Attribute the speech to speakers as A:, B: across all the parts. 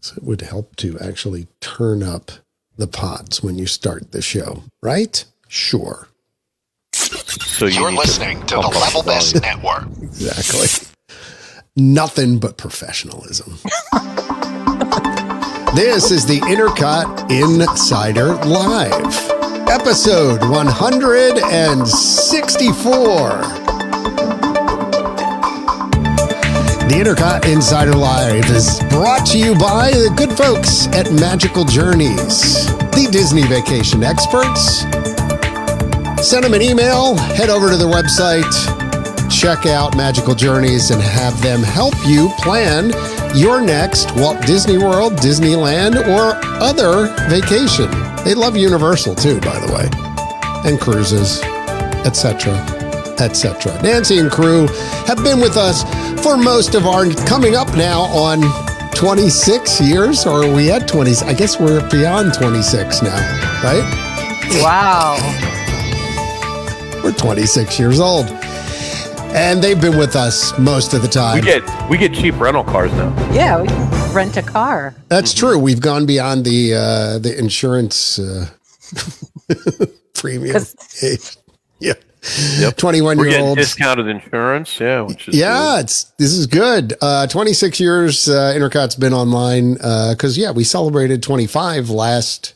A: So it would help to actually turn up the pods when you start the show, right? Sure.
B: So you
C: You're
B: need to
C: listening to the
B: up
C: Level
B: the volume.
C: Best Network.
A: Exactly. Nothing but professionalism. this is the Intercot Insider Live, episode 164. The Intercot Insider Live is brought to you by the good folks at Magical Journeys, the Disney vacation experts. Send them an email, head over to their website, check out Magical Journeys, and have them help you plan your next Walt Disney World, Disneyland, or other vacation. They love Universal too, by the way and cruises, etc., etc. Nancy and crew have been with us for most of our coming up now on 26 years, or are we at 20? I guess we're beyond 26 now, right?
D: Wow.
A: We're 26 years old. And they've been with us most of the time.
B: We get we get cheap rental cars now.
D: Yeah, we can rent a car.
A: That's
B: Mm-hmm.
A: true. We've gone beyond the uh, the insurance uh, premium. age. Yeah.
B: Yep.
A: 21
B: We're
A: year
B: getting
A: olds.
B: discounted insurance, yeah, which is
A: Yeah, it's this is good. Uh, 26 years uh, Intercot's been online because yeah, we celebrated 25 last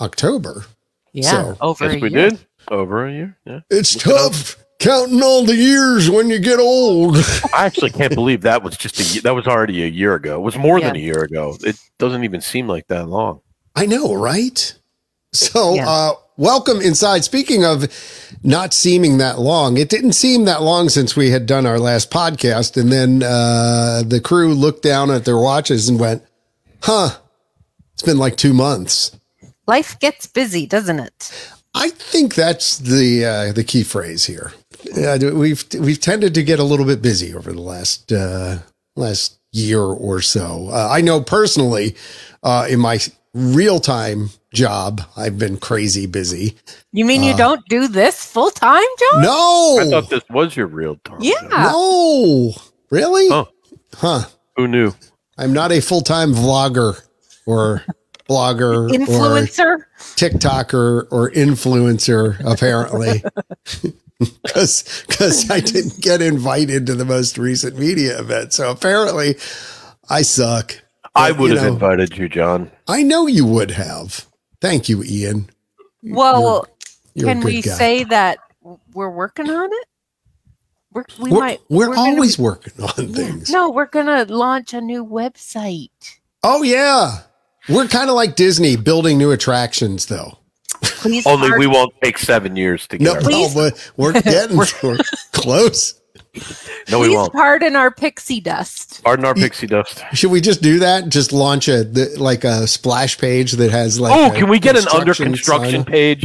A: October.
D: Yeah,
A: So-
D: over
B: good.
D: a
B: Yes, we
D: year.
B: did over a year. Yeah,
A: It's tough counting all the years when you get old.
B: I actually can't believe that was just a, ye- that was already a year ago. It was more than a
D: Yeah.
B: year ago. It doesn't even seem like that long.
A: I know, right? So,
D: Yeah.
A: uh, welcome inside. Speaking of not seeming that long, it didn't seem that long since we had done our last podcast, and then uh, the crew looked down at their watches and went, "Huh, it's been like two months."
D: Life gets busy, doesn't it?
A: I think that's the uh, the key phrase here. Uh, we've we've tended to get a little bit busy over the last uh, last year or so. Uh, I know personally, uh, in my real time job, I've been crazy busy.
D: You mean you don't do this full time, John?
A: No,
B: I thought this was your real time.
D: Yeah.
A: no, really?
B: Huh.
A: Huh.
B: Who knew?
A: I'm not a full time vlogger or blogger or
D: Influencer?
A: TikToker or influencer, apparently. Because because I didn't get invited to the most recent media event, so apparently I suck.
B: I
A: But,
B: would
A: you
B: have
A: know,
B: invited you, John.
A: I know you would have. Thank you, Ian.
D: Well,
A: You're
D: can
A: a good
D: we
A: guy.
D: say that we're working on it? We're, we
A: we're,
D: might.
A: we're
D: gonna-
A: always working on
D: Yeah.
A: things?
D: No, we're going to launch a new website.
A: Oh yeah, we're kind of like Disney building new attractions, though.
D: Please.
B: Only
D: our-
B: we won't take seven years to get.
A: No,
B: our-
A: no,
D: Please.
A: but we're getting we're close.
B: no, we
D: please
B: won't.
D: pardon our pixie dust.
B: Pardon our pixie dust.
A: Should we just do that? Just launch a the, like a splash page that has like.
B: Oh,
A: a
B: can we get an under
A: sign?
B: construction page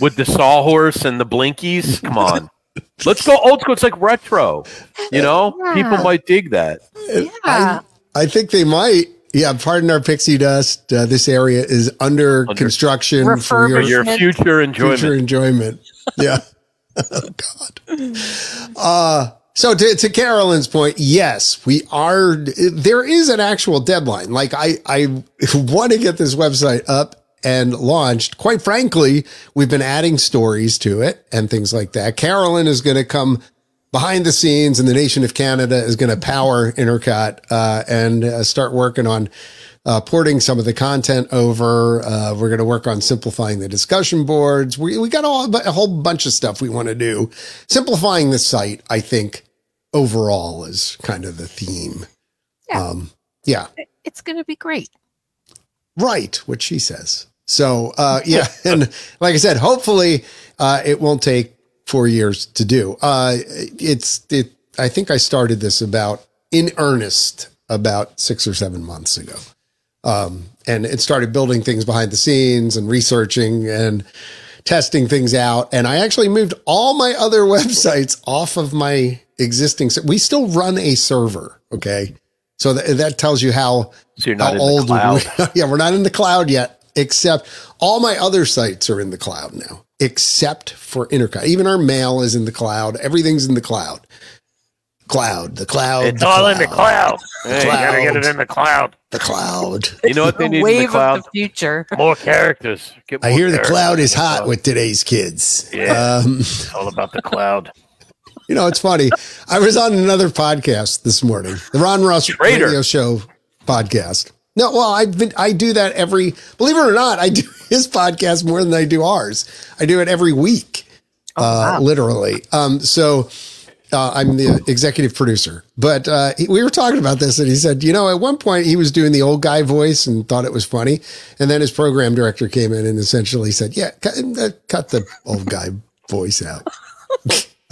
B: with the sawhorse and the blinkies? Come on. Let's go old school. It's like retro. You know, people
D: Yeah.
B: might dig that.
D: Yeah.
A: I think they might. Yeah, pardon our pixie dust. Uh, this area is under,
B: Under-
A: construction for
B: For
A: your
D: Refurbished.
B: your future
D: Enjoyment.
B: enjoyment.
A: future enjoyment. Yeah. oh God. Uh, so to, to Carolyn's point, yes, we are. There is an actual deadline. Like I, I want to get this website up and launched. Quite frankly, we've been adding stories to it and things like that. Carolyn is going to come behind the scenes and the nation of Canada is going to power Intercot, uh, and uh, start working on, uh, porting some of the content over. Uh, we're going to work on simplifying the discussion boards. We, we got all, a whole bunch of stuff we want to do. Simplifying the site, I think, overall is kind of the theme.
D: Yeah.
A: Um, yeah.
D: It's going to be great.
A: Right, what she says. So, uh, yeah, and like I said, hopefully, uh, it won't take four years to do. Uh, it's it. I think I started this about in earnest about six or seven months ago, um, and it started building things behind the scenes and researching and testing things out. And I actually moved all my other websites off of my existing. s- We still run a server, okay? So that that tells you how
B: So you're not
A: how
B: in the
A: old
B: cloud.
A: we- yeah, we're not in the cloud yet, except all my other sites are in the cloud now, except for Intercot. Even our mail is in the cloud. Everything's in the cloud. cloud, the cloud,
B: It's
A: the
C: all in the cloud.
B: Hey,
C: You gotta get it in the cloud.
A: the cloud.
B: you know what they
D: the
B: need in the
D: wave
B: cloud?
D: of the future.
C: More characters. Get
A: I
C: more
A: hear the
C: characters
A: cloud
C: in
A: is
C: the
A: hot
C: cloud.
A: with today's kids.
C: Yeah.
A: Um,
C: It's all about the cloud.
A: you know, it's funny. I was on another podcast this morning, the Ron Ross
B: Traitor.
A: Radio Show podcast. No, well, I've been I do that every. Believe it or not, I do his podcast more than I do ours. I do it every week, uh, literally. Um, so. Uh, I'm the executive producer, but uh, he- we were talking about this, and he said, you know, at one point he was doing the old guy voice and thought it was funny, and then his program director came in and essentially said, yeah, cut, uh, cut the old guy voice out.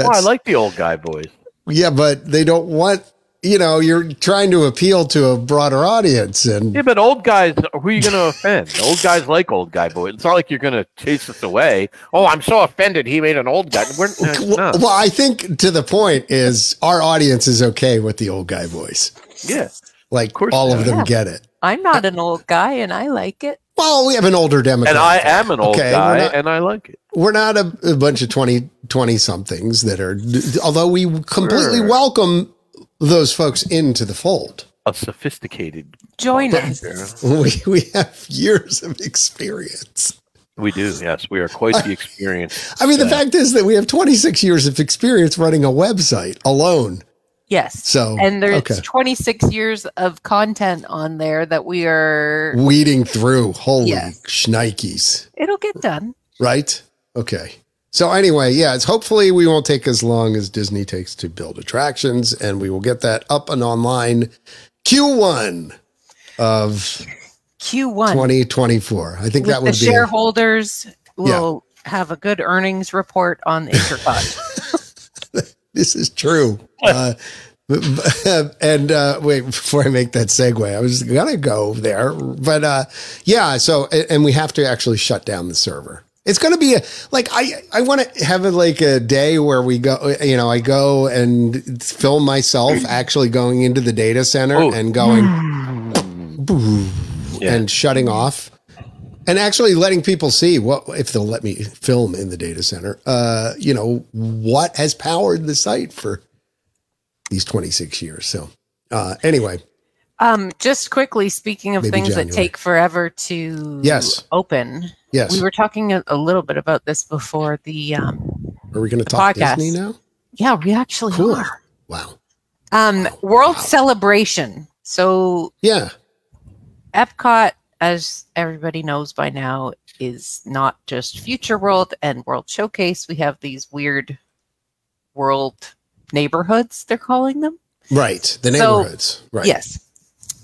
B: Oh, I like the old guy voice.
A: Yeah, but they don't want, you know, you're trying to appeal to a broader audience. And
B: Yeah, but old guys, who are you going to offend? Old guys like old guy boys. It's not like you're going to chase us away. Oh, I'm so offended. He made an old guy. We're,
A: well,
B: no.
A: well, I think to the point is our audience is okay with the old guy voice.
B: Yeah.
A: Like
B: course
A: all
B: they
A: of
B: are.
A: them
D: Yeah.
A: get it.
D: I'm not an old guy and I like it.
A: Well, we have an older demographic.
B: And I am an old
A: Okay, we're
B: guy,
A: not-
B: and I like it.
A: We're not a, a bunch of 20, 20 somethings that are, although we completely
B: Sure.
A: welcome those folks into the fold.
B: A sophisticated.
D: Join us.
A: We, we have years of experience.
B: We do, yes. We are quite the experience.
A: I mean, the fact is that we have 26 years of experience running a website alone.
D: Yes.
A: So,
D: and there's
A: okay.
D: 26 years of content on there that we are.
A: weeding through. Holy
D: Yeah.
A: shnikes,
D: It'll get done.
A: right? Okay. So anyway, yeah, it's hopefully we won't take as long as Disney takes to build attractions, and we will get that up and online Q1 of
D: Q1.
A: 2024. I think
D: With
A: that would
D: the
A: be
D: shareholders will have a good earnings report on Intercot.
A: this is true. Uh, and uh, wait, before I make that segue, I was gonna go there, but uh, yeah. So, a- and we have to actually shut down the server. It's gonna be a, like I I want to have a, like a day where we go. You know, I go and film myself actually going into the data center
B: Oh.
A: and going
B: Yeah.
A: and shutting off and actually letting people see what if they'll let me film in the data center uh you know what has powered the site for these 26 years so uh anyway
D: um, just quickly, speaking of
A: Maybe
D: things
A: January.
D: that take forever to
A: Yes.
D: open,
A: yes
D: we were talking a, a little bit about this before the. Um,
A: are we going to talk
D: podcast.
A: disney now
D: yeah, we actually
A: Cool.
D: are.
A: wow
D: Um, World Celebration. So
A: yeah
D: Epcot, as everybody knows by now, is not just Future World and World Showcase. We have these weird world neighborhoods, they're calling them.
A: right the
D: So-
A: neighborhoods right
D: Yes.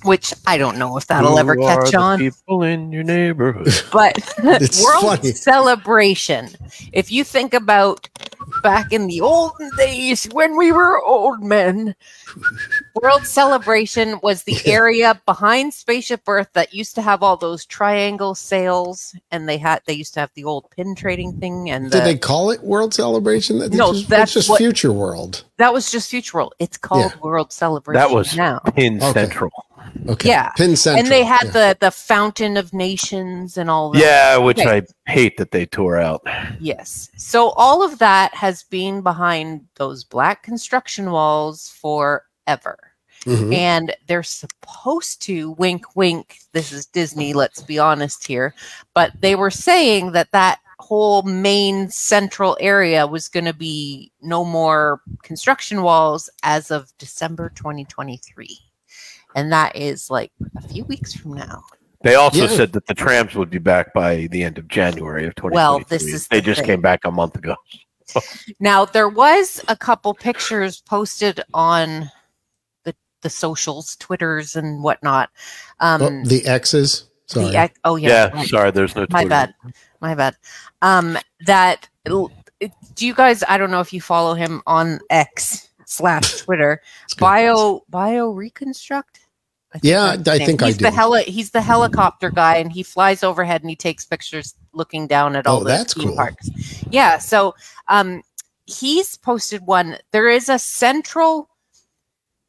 D: Which I don't know if that'll ever
B: Who are
D: catch
B: the
D: on,
B: People in your neighborhood.
D: but
A: It's
D: World
A: funny.
D: Celebration. If you think about back in the olden days when we were old men, World Celebration was the area behind Spaceship Earth that used to have all those triangle sales, and they had they used to have the old pin trading thing, and the,
A: did they call it world celebration That-
D: No,
A: it's just,
D: that's
A: it's just
D: what-
A: future world
D: that was just Future World. It's called World Celebration.
B: That was
D: now.
B: Pin
A: Okay.
B: Central.
A: okay
D: Yeah.
A: pin central
D: And they had
A: yeah.
D: the the Fountain of Nations and all that.
B: Yeah, which
D: Okay.
B: I hate that they tore out.
D: Yes. So all of that has been behind those black construction walls forever.
A: Mhm.
D: And they're supposed to wink, wink. This is Disney, let's be honest here. But they were saying that that whole main central area was going to be no more construction walls as of December 2023. And that is like a few weeks from now.
B: They also
A: Yeah.
B: said that the trams would be back by the end of January of 2023.
D: Well, this is
B: they
D: the
B: just
D: thing.
B: came back a month ago.
D: Now there was a couple pictures posted on the the socials, Twitters and whatnot. Um,
A: Oh, the x's sorry
D: the ex- oh yeah,
B: Yeah,
D: right.
B: sorry, there's no
D: my
B: Twitter.
D: bad, my bad. Um, that l- it- do you guys? I don't know if you follow him on X slash Twitter.
A: It's good.
D: bio bio reconstruct. I think
A: Yeah,
D: that's his
A: I
D: name.
A: think I
D: he's the
A: do.
D: heli- he's the helicopter guy, and he flies overhead and he takes pictures looking down at all
A: Oh,
D: the
A: that's
D: theme
A: cool.
D: parks. Yeah, so um, he's posted one. There is a central,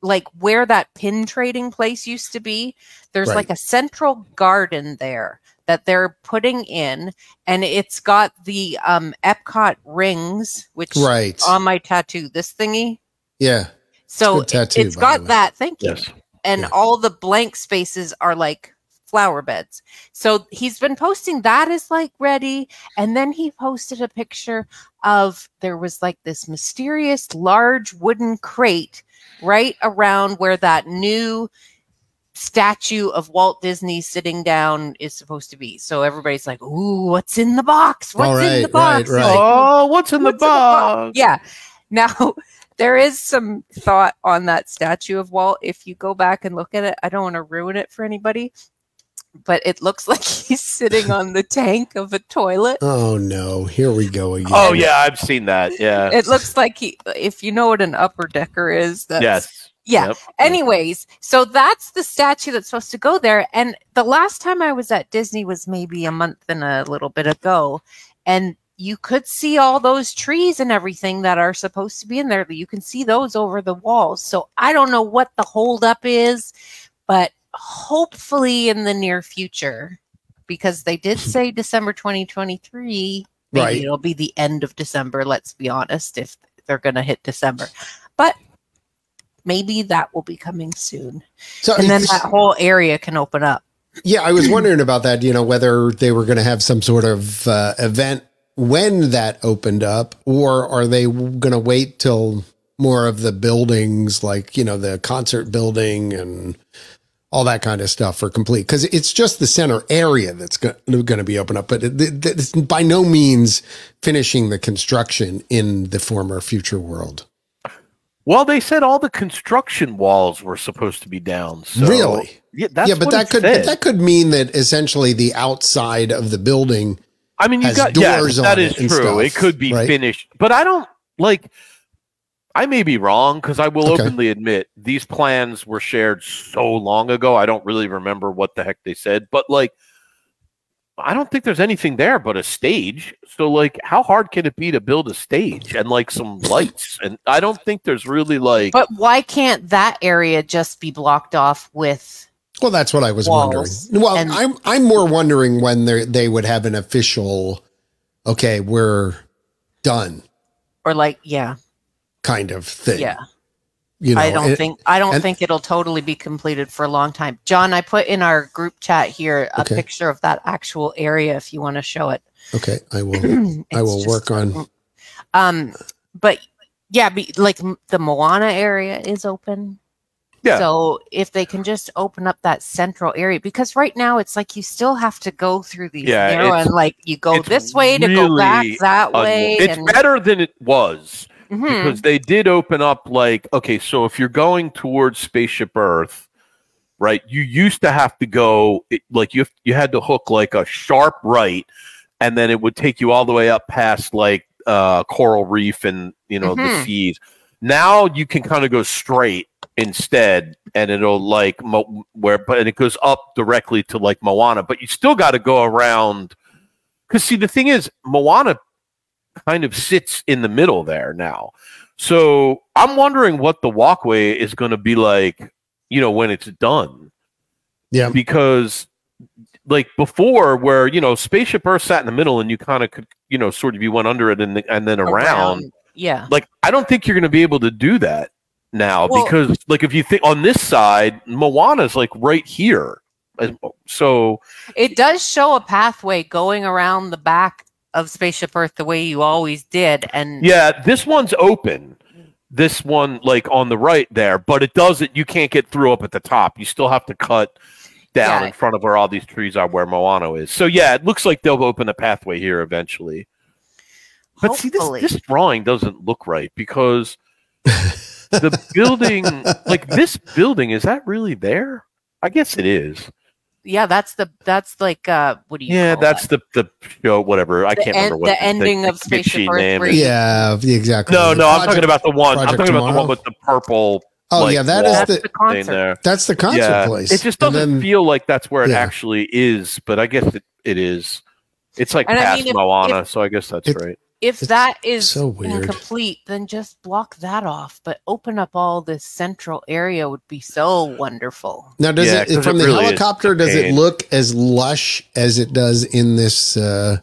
D: like where that pin trading place used to be. There's
A: Right.
D: like a central garden there that they're putting in, and it's got the um, Epcot rings, which
A: right
D: on my tattoo, this thingy
A: yeah
D: So
A: Good tattoo,
D: it, has
A: by the
D: got
A: way.
D: that. Thank you.
B: Yes.
D: And
A: Yeah.
D: all the blank spaces are like flower beds. So he's been posting that is like ready. And then he posted a picture of there was like this mysterious large wooden crate right around where that new statue of Walt Disney sitting down is supposed to be. So everybody's like, ooh, what's in the box? What's
A: All
D: in the
A: right,
D: box?
A: right, right.
D: Like,
B: Oh, what's in
D: What's
B: the
D: in the
B: box?
D: yeah. Now, there is some thought on that statue of Walt. If you go back and look at it, I don't want to ruin it for anybody, but it looks like he's sitting on the tank of a toilet.
A: Oh no, here we go again.
B: Oh yeah, I've seen that. Yeah.
D: It looks like he, if you know what an upper decker is, that's,
B: yes.
D: yeah.
B: Yep.
D: Anyways, so that's the statue that's supposed to go there. And the last time I was at Disney was maybe a month and a little bit ago. And you could see all those trees and everything that are supposed to be in there. You can see those over the walls. So I don't know what the holdup is, but hopefully in the near future, because they did say December 2023, maybe
A: Hmm. Right.
D: it'll be the end of December. Let's be honest, if they're going to hit December. But maybe that will be coming soon.
A: So
D: And then
A: Uh, it's-
D: that whole area can open up.
A: yeah, I was wondering about that. You know, whether they were going to have some sort of uh, event when that opened up, or are they going to wait till more of the buildings, like you know, the concert building and all that kind of stuff, are complete? Because it's just the center area that's going to be open up, but it, it- it's by no means finishing the construction in the former future world.
B: Well, they said all the construction walls were supposed to be down. So
A: Really?
B: Yeah, that's
A: yeah, but that could but
B: Said.
A: that could mean that essentially the outside of the building
B: I mean, you
A: has
B: got
A: doors
B: yes, that
A: on
B: is
A: it and
B: true. it
A: stuff,
B: could be
A: right?
B: finished, but I don't like. I may be wrong because I will
A: Okay.
B: openly admit these plans were shared so long ago. I don't really remember what the heck they said, but like, I don't think there's anything there but a stage. So, like, how hard can it be to build a stage and like some lights? And I don't think there's really like.
D: But why can't that area just be blocked off with?
A: Well, that's what I was
D: walls
A: wondering. Well,
D: and-
A: I'm I'm more wondering when they they would have an official, okay, we're done
D: Or like, yeah,
A: kind of thing.
D: yeah.
A: you know, eh,
D: I don't
A: and-
D: think I don't
A: and-
D: think it'll totally be completed for a long time. John, I put in our group chat here a
A: Okay.
D: picture of that actual area if you want to show it.
A: Okay, I will. I
D: It's
A: will
D: just-
A: work on.
D: Um, but yeah, be, like m- the Moana area is open.
B: Yeah.
D: So if they can just open up that central area, because right now it's like you still have to go through these
B: Yeah,
D: narrow
B: it's-
D: and like you go
B: it's
D: this way to go back
B: really
D: that
B: un-
D: way.
B: it's
D: and,
B: better than it was.
D: Mhm.
B: because they did open up like okay so if you're going towards spaceship earth right you used to have to go it, like you you had to hook like a sharp right and then it would take you all the way up past like uh coral reef and you know
D: Mhm.
B: the seas now you can kind of go straight instead and it'll like mo- where but and it goes up directly to like moana but you still got to go around because see the thing is moana kind of sits in the middle there now so i'm wondering what the walkway is going to be like you know when it's done
A: Yeah.
B: because like before where you know spaceship earth sat in the middle and you kind of could you know sort of you went under it and, the, and then around
D: Yeah.
B: like I don't think you're going to be able to do that now
D: Well-
B: because like if you think on this side Moana's like right here. As- So
D: It does show a pathway going around the back of Spaceship Earth the way you always did. And
B: yeah, this one's open. This one like on the right there, but it doesn't you can't get through up at the top. You still have to cut down
D: Yeah.
B: in front of where all these trees are where Moana is. So yeah, it looks like they'll open a pathway here eventually. But see
D: Hopefully.
B: this this drawing doesn't look right because the building like this building is that really there? I guess it is.
D: yeah, that's the that's like uh what do you
B: Yeah,
D: call
B: that's
D: that?
B: the the show. Whatever. I
D: The
B: can't
D: en-
B: remember what
D: the
B: it's-
D: ending of
B: bitchy
D: Spaceship Earth
B: name
D: three.
B: is.
A: Yeah, the exactly.
B: No, no, I'm talking
A: Project-
B: about the one. I'm
A: Project
B: talking about the
A: Tomorrow?
B: one with the purple.
A: Oh
B: like,
A: yeah, that is
B: wall
D: that's
A: the
D: the
B: thing
D: concert.
B: there.
A: that's the concert
B: Yeah,
A: place.
B: It just
A: And
B: doesn't
A: then-
B: feel like that's where it
A: Yeah.
B: actually is, but I guess it, it is. It's like
D: And I
B: past
D: mean, if-
B: Moana, so I guess that's
A: It-
B: right.
D: If
A: It's
D: that is
A: so weird.
D: incomplete, then just block that off, but open up all this central area would be so wonderful.
A: Now, does
B: Yeah,
A: it
B: 'cause
A: from
B: it
A: the
B: really is
A: helicopter? Does it
B: pain.
A: look as lush as it does in this? Uh,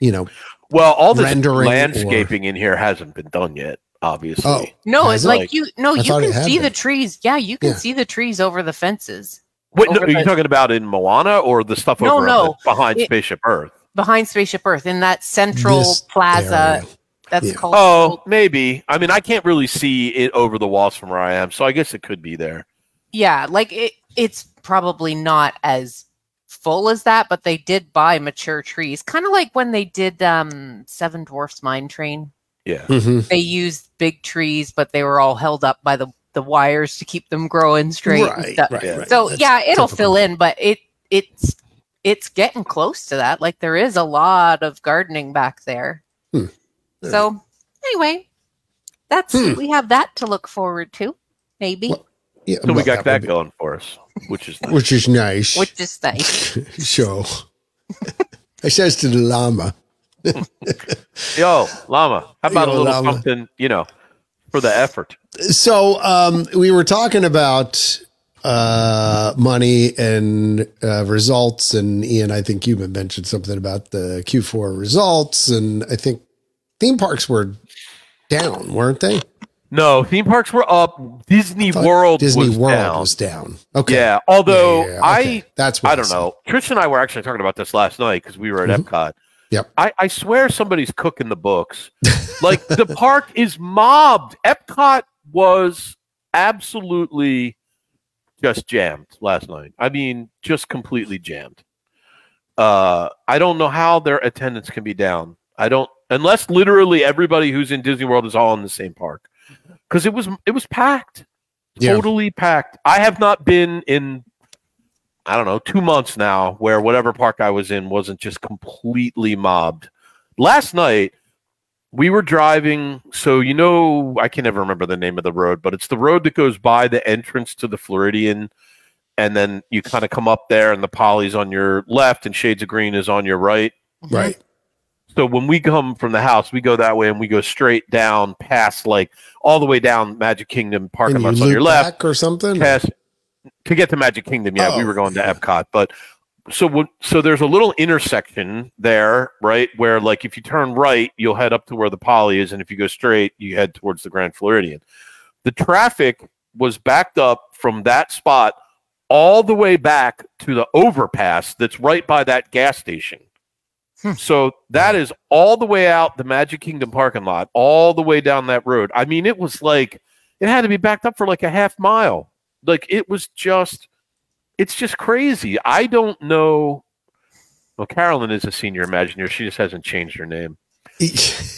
A: you know,
B: Well, all this
A: Rendering or-
B: landscaping in here hasn't been done yet. obviously.
A: Oh.
D: No,
A: Has
D: it's
B: it?
D: like
B: Like-
D: you. No,
A: I
D: you
A: thought it
D: can
A: had
D: see the
A: been.
D: trees. Yeah, you can
A: Yeah.
D: see the trees over the fences
B: Wait, no,
D: over
B: are you
D: the-
B: talking about in Moana or the stuff
D: Oh, No,
B: over on
D: no.
B: the- behind
D: It-
B: Spaceship Earth?
D: behind Spaceship Earth in that central
A: This
D: plaza.
A: area.
D: That's
A: Yeah.
D: called.
B: Oh, maybe. I mean, I can't really see it over the walls from where I am, so I guess it could be there.
D: Yeah, like it. It's probably not as full as that, but they did buy mature trees, kind of like when they did um Seven Dwarfs Mine Train.
B: Yeah.
A: Mhm.
D: They used big trees, but they were all held up by the the wires to keep them growing straight. and
A: Right,
D: stuff.
A: right,
B: Yeah.
A: right.
D: so
A: That's
D: yeah it'll
A: typical.
D: fill in but it it's it's getting close to that like there is a lot of gardening back there
A: Hmm.
D: so anyway that's
A: Hmm.
D: we have that to look forward to maybe
A: Well- Yeah,
B: So we
A: well,
B: got that
A: would
B: going for us, which is
A: be-
B: nice.
A: which is nice.
D: which is nice
A: so I says to the llama,
B: Yo, Llama, how about
A: Yo,
B: a little
A: Llama.
B: something, you know, for the effort?
A: so um, we were talking about uh, money and uh, results, and Ian, I think you had mentioned something about the Q4 results, and I think theme parks were down, weren't they?
B: No, theme parks were up. Disney
A: thought
B: World
A: Disney
B: was
A: World
B: down.
A: was down. Okay,
B: Yeah, although
A: Yeah,
B: I
A: okay. that's what
B: I don't
A: said.
B: know. Trish and I were actually talking about this last night because we were at
A: Mhm.
B: Epcot.
A: Yep.
B: I, I swear somebody's cooking the books. like the park is mobbed. Epcot was absolutely just jammed last night. I mean, just completely jammed. Uh, I don't know how their attendance can be down. I don't unless literally everybody who's in Disney World is all in the same park because it was it was packed,
A: Yeah.
B: totally packed. I have not been in I don't know, two months now where whatever park I was in wasn't just completely mobbed. Last night, we were driving. So, you know, I can never remember the name of the road, but it's the road that goes by the entrance to the Floridian. And then you kind of come up there, and the Polly's on your left, and Shades of Green is on your right.
A: Right.
B: So when we come from the house, we go that way and we go straight down past, like, all the way down Magic Kingdom parking
A: And
B: lots on
A: loop
B: your left
A: back or something.
B: past to get to Magic Kingdom. Yeah, we
A: Oh,
B: were going to Epcot, but so when, so there's a little intersection there, right, where like if you turn right, you'll head up to where the Poly is, and if you go straight, you head towards the Grand Floridian. The traffic was backed up from that spot all the way back to the overpass that's right by that gas station.
D: Hmm.
B: So that is all the way out the Magic Kingdom parking lot, all the way down that road. I mean, it was like it had to be backed up for like a half mile. Like it was just, it's just crazy. I don't know. Well, Carolyn is a senior Imagineer. She just hasn't changed her name.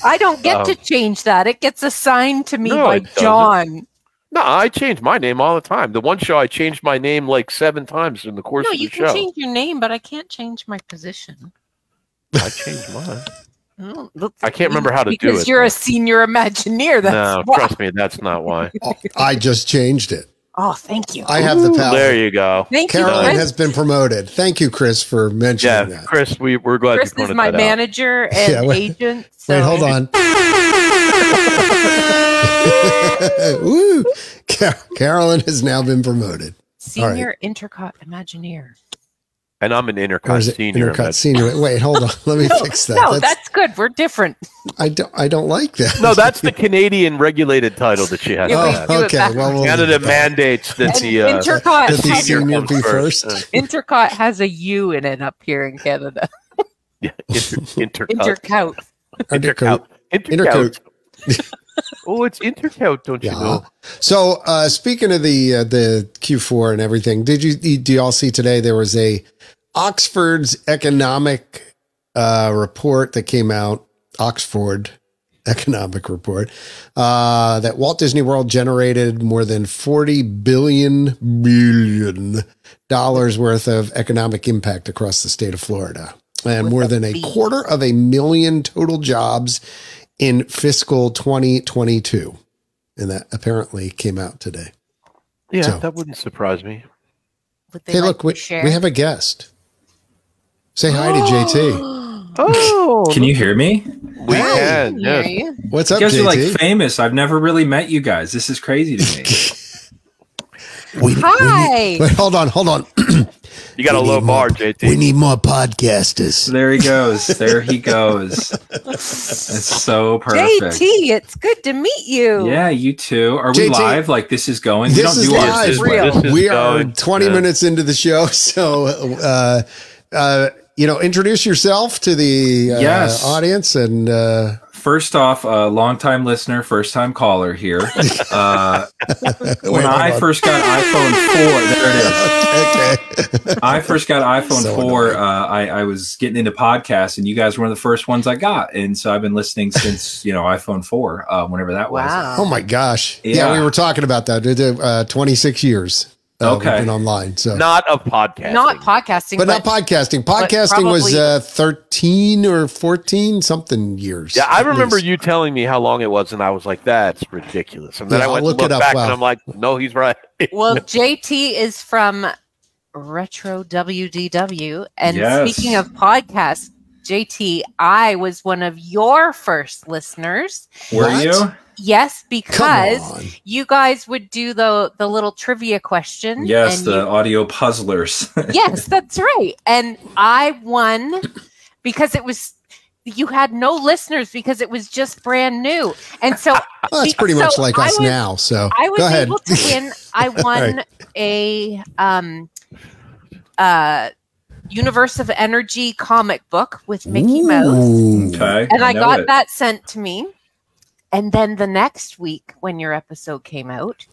D: i don't get to
B: Um,
D: change that it gets assigned to me
B: No,
D: by
B: it doesn't.
D: john
B: No, I change my name all the time. The one show I changed my name like seven times in the course
D: no
B: of the
D: you can
B: show.
D: change your name but i can't change my position
B: I changed mine.
D: I don't- look-
B: I can't remember how to do
D: because
B: it,
D: you're a
B: but-
D: senior imagineer that's
B: no,
D: why.
B: trust me, that's not why.
A: I just changed it.
D: oh thank you
A: I have the power.
B: There you go.
D: thank you
A: Caroline
D: Chris.
A: has been promoted. Thank you, Chris, for
B: Yeah,
A: mentioning that.
B: Chris, we, we're glad
D: Chris
B: you
D: is
B: pointed
D: my
B: that out.
D: manager and
A: Yeah, wait-
D: agent. So.
A: Wait, hold on. Woo. Car- Carolyn has now been promoted.
D: Senior Intercot Imagineer.
B: And I'm an
A: Or
B: intercut
A: is it
B: senior.
A: intercut
B: That's-
A: senior? Wait, hold on. Let me fix that.
D: no,
A: That's-
D: that's good. We're different.
A: I don't. I don't like that.
B: No, that's the Canadian regulated title that she has.
D: Yeah,
B: to
D: we
B: have.
A: Oh,
D: do it
A: okay.
D: backwards.
A: Well, we'll
B: Canada
A: leave it at
B: mandates that
D: And
B: the uh,
A: that.
D: Intercot,
A: Did the
D: has,
B: senior
A: senior
B: comes
A: be
B: first. Uh,
A: first?
D: Intercot has a U in it up here in Canada.
B: yeah, inter, uh, intercut.
D: Intercout.
B: Intercout.
A: Intercoat.
B: Intercout. oh, it's intercout, don't you
A: Yeah.
B: know?
A: So uh, speaking of the uh, the Q4 and everything, did you do y'all see today there was a Oxford's economic uh, report that came out, Oxford economic report, uh, that Walt Disney World generated more than 40 billion billion dollars worth of economic impact across the state of Florida and
D: With
A: more
D: a
A: than a
D: B.
A: quarter of a million total jobs in fiscal 2022 and that apparently came out today.
B: Yeah,
A: So-
B: that wouldn't surprise me.
D: Would they
A: hey,
D: like
A: look,
D: to
A: we,
D: share?
A: we have a guest. Say hi to JT.
B: Oh,
E: Can you hear me?
B: we
A: Hey.
B: can.
D: Yeah,
B: Yes.
D: you-
A: What's
E: You
A: up,
E: guys are like
A: JT?
E: famous. I've never really met you guys. This is crazy to me.
A: We- we need-
D: Hi.
A: wait, hold on, hold on.
B: You got a
A: We
B: low
A: need more-
B: bar, JT.
A: We need more podcasters.
E: There he goes. There he goes. It's so perfect.
D: JT, it's good to meet you.
E: Yeah, you too. Are we
A: JT,
E: live? Like this is going? we
A: This
E: don't
A: is
E: do ours
A: live.
E: this way.
D: Real.
B: is
A: we are
B: going
A: 20
B: good.
A: minutes into the show. So, uh, uh, you know, introduce yourself to the uh,
E: Yes.
A: audience and uh,
E: First off, uh, longtime listener, first time caller here. Uh,
A: wait,
E: when I
A: hold on.
E: first got iPhone 4, there it is.
A: okay.
E: I first got iPhone
A: So
E: 4. Uh, I, I was getting into podcasts, and you guys were one of the first ones I got. And so I've been listening since, you know, iPhone 4, uh, whenever that was.
D: Wow.
A: oh my gosh. Yeah.
E: Yeah.
A: we were talking about that. It, Uh, 26 years. Uh, we've
E: Okay.
A: been online. So,
B: Not a podcast.
D: Not podcasting,
A: but, not
D: but,
A: podcasting. Podcasting was
D: probably-
A: uh, 13 or 14 something years.
B: Yeah, I
A: at
B: remember
A: least.
B: you telling me how long it was, and I was like, "That's ridiculous." And then
A: Yeah,
B: I went
A: I'll look
B: and
A: it
B: looked
A: up,
B: back,
A: wow.
B: and I'm like, "No, he's right."
D: well, JT is from Retro WDW. And
E: Yes.
D: speaking of podcasts, JT, I was one of your first listeners.
E: Were
A: What?
E: you?
D: Yes,
A: Come
D: because
A: on.
D: you guys would do the the little trivia question.
E: Yes,
D: Mm-hmm. and
E: the
D: you-
E: audio puzzlers.
D: yes, that's right. And I won because it was you had no listeners because it was just brand new. And so
A: Well, that's pretty much
D: So
A: like
D: I
A: us
D: was-
A: now. So,
D: I
A: go
D: was
A: ahead.
D: able to win. I won a um, uh, Universe of Energy comic book with Mickey Mouse,
A: Ooh.
E: okay.
D: and I
E: know
D: got
E: it.
D: that sent to me. And then the next week, when your episode came out,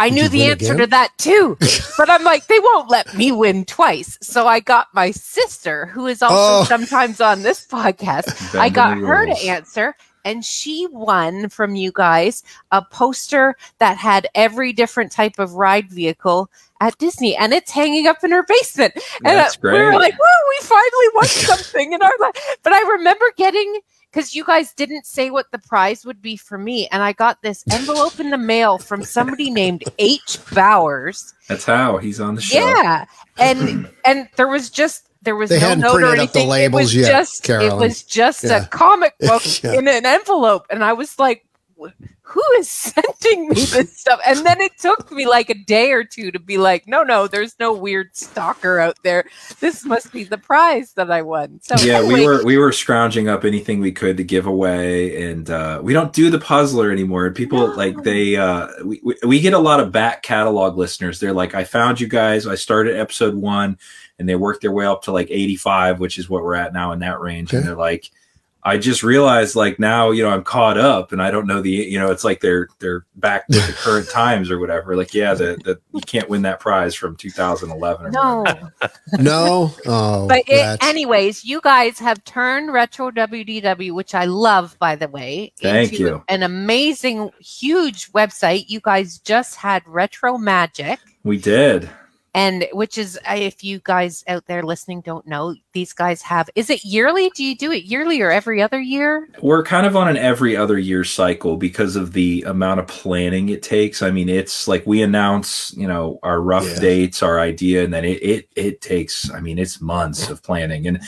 D: I
A: Did
D: knew
A: you
D: the
A: win
D: answer
A: again?
D: to that too. but I'm like, they won't let me win twice. So I got my sister, who is also
A: Oh.
D: sometimes on this podcast,
E: Bending
D: I got
E: the
D: her to
E: rules.
D: answer, and she won from you guys a poster that had every different type of ride vehicle at Disney, and it's hanging up in her basement. And
E: That's
D: uh, we were
E: great.
D: like, "Woo, we finally won something in our life!" But I remember getting because you guys didn't say what the prize would be for me, and I got this envelope in the mail from somebody named H. Bowers.
E: That's how he's on the show.
D: Yeah, and and there was just there was
A: They
D: no
A: hadn't
D: note or
A: printed
D: anything.
A: up the
D: it
A: labels
D: was
A: yet,
D: just
A: Carolyn.
D: it was just
A: Yeah.
D: a comic book
A: Yeah.
D: in an envelope, and I was like, "Wh- "Who is sending me this stuff?" And then it took me like a day or two to be like, "No, no, there's no weird stalker out there. This must be the prize that I won." So
E: yeah, we
D: anyway,
E: were we were scrounging up anything we could to give away, and uh, we don't do the puzzler anymore. And people
D: No.
E: like they uh, we we- we get a lot of back catalog listeners. They're like, I found you guys. I started episode one, and they worked their way up to like eighty five, which is what we're at now in that range.
A: Okay.
E: And they're like, I just realized like now you know I'm caught up, and I don't know the you know it's like they're they're back with the current times or whatever. Like yeah, the, the you can't win that prize from 2011. Or whatever.
D: No,
A: No. Oh,
D: but it,
A: that's-
D: anyways, you guys have turned Retro WDW, which I love, by the way,
E: Thank
D: into
E: you.
D: an amazing, huge website. You guys just had Retro Magic.
E: we did.
D: and which is uh, if you guys out there listening don't know these guys have is it yearly do you do it yearly or every other year
E: we're kind of on an every other year cycle because of the amount of planning it takes. I mean, it's like we announce, you know, our rough
A: Yeah.
E: dates, our idea, and then it it it takes. I mean, it's months of planning, and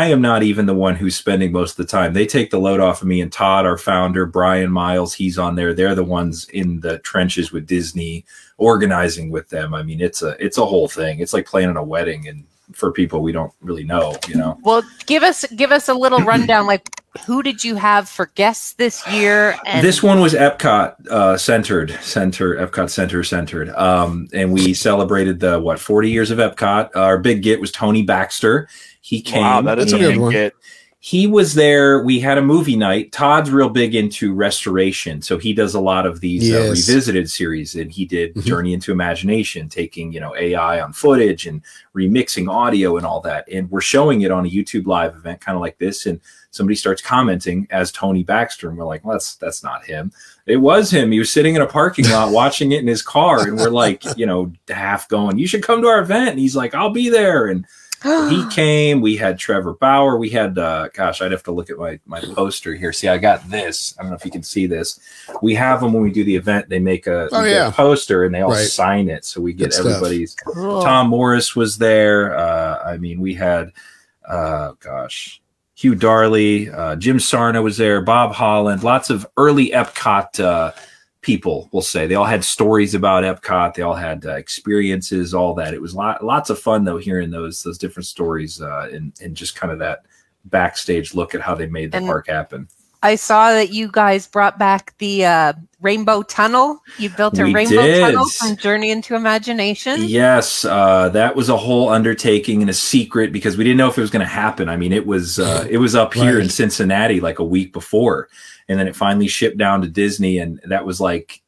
E: I am not even the one who's spending most of the time. They take the load off of me and Todd, our founder, Brian Miles. He's on there. They're the ones in the trenches with Disney, organizing with them. I mean, it's a it's a whole thing. It's like planning a wedding, and for people we don't really know, you know.
D: well give us give us a little rundown like who did you have for guests this year and
E: this one was Epcot uh, centered, center Epcot center centered, um, and we celebrated the what forty years of Epcot. Our big get was Tony Baxter. He came.
B: wow, that is a
E: and
A: good
B: big
A: one.
B: hit.
E: He was there. We had a movie night. Todd's real big into restoration, so he does a lot of these uh,
A: Yes.
E: revisited series, and he did
A: Mhm.
E: Journey into Imagination, taking you know AI on footage and remixing audio and all that. And we're showing it on a YouTube live event, kind of like this. And somebody starts commenting as Tony Baxter, and we're like, well, "That's that's not him. It was him. He was sitting in a parking lot watching it in his car." And we're like, you know, half going, "You should come to our event." And he's like, "I'll be there." And he came. We had Trevor Bauer. We had, uh, gosh, I'd have to look at my my poster here. See, I got this. I don't know if you can see this. We have them when we do the event. They make a,
A: Oh,
E: we get a
A: yeah.
E: poster and they all
A: Right.
E: sign it, so we get
A: Good stuff.
E: everybody's.
D: Cool.
E: Tom Morris was there. Uh, I mean, we had, uh, gosh, Hugh Darley, uh, Jim Sarna was there, Bob Holland, lots of early Epcot uh, people we'll say they all had stories about epcot they all had uh, experiences all that it was lot, lots of fun though hearing those those different stories uh, and and just kind of that backstage look at how they made the
D: And-
E: park happen
D: I saw that you guys brought back the uh, rainbow tunnel. You built a
E: We
D: rainbow
E: did.
D: tunnel from Journey into Imagination.
E: Yes, uh, that was a whole undertaking and a secret because we didn't know if it was going to happen. I mean, it was uh, it was up here in
A: Right.
E: Cincinnati like a week before, and then it finally shipped down to Disney, and that was like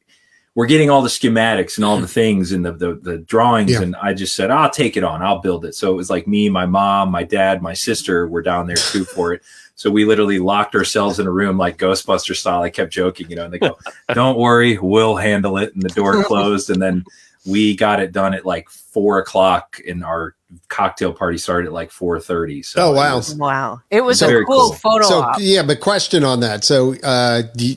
E: we're getting all the schematics and all the things and the the, the drawings,
A: Yeah.
E: and I just said I'll take it on, I'll build it. So it was like me, my mom, my dad, my sister were down there too for it. So we literally locked ourselves in a room like Ghostbuster style. I kept joking, you know, and they go, "Don't worry, we'll handle it." And the door closed, and then we got it done at like four o'clock, and our cocktail party started at like four thirty. So
A: Oh,
E: it
A: wow.
E: was-
D: Wow. It was a
E: Very
D: cool,
E: cool.
D: photo
A: so
D: op.
A: yeah, but question on that. So uh, you,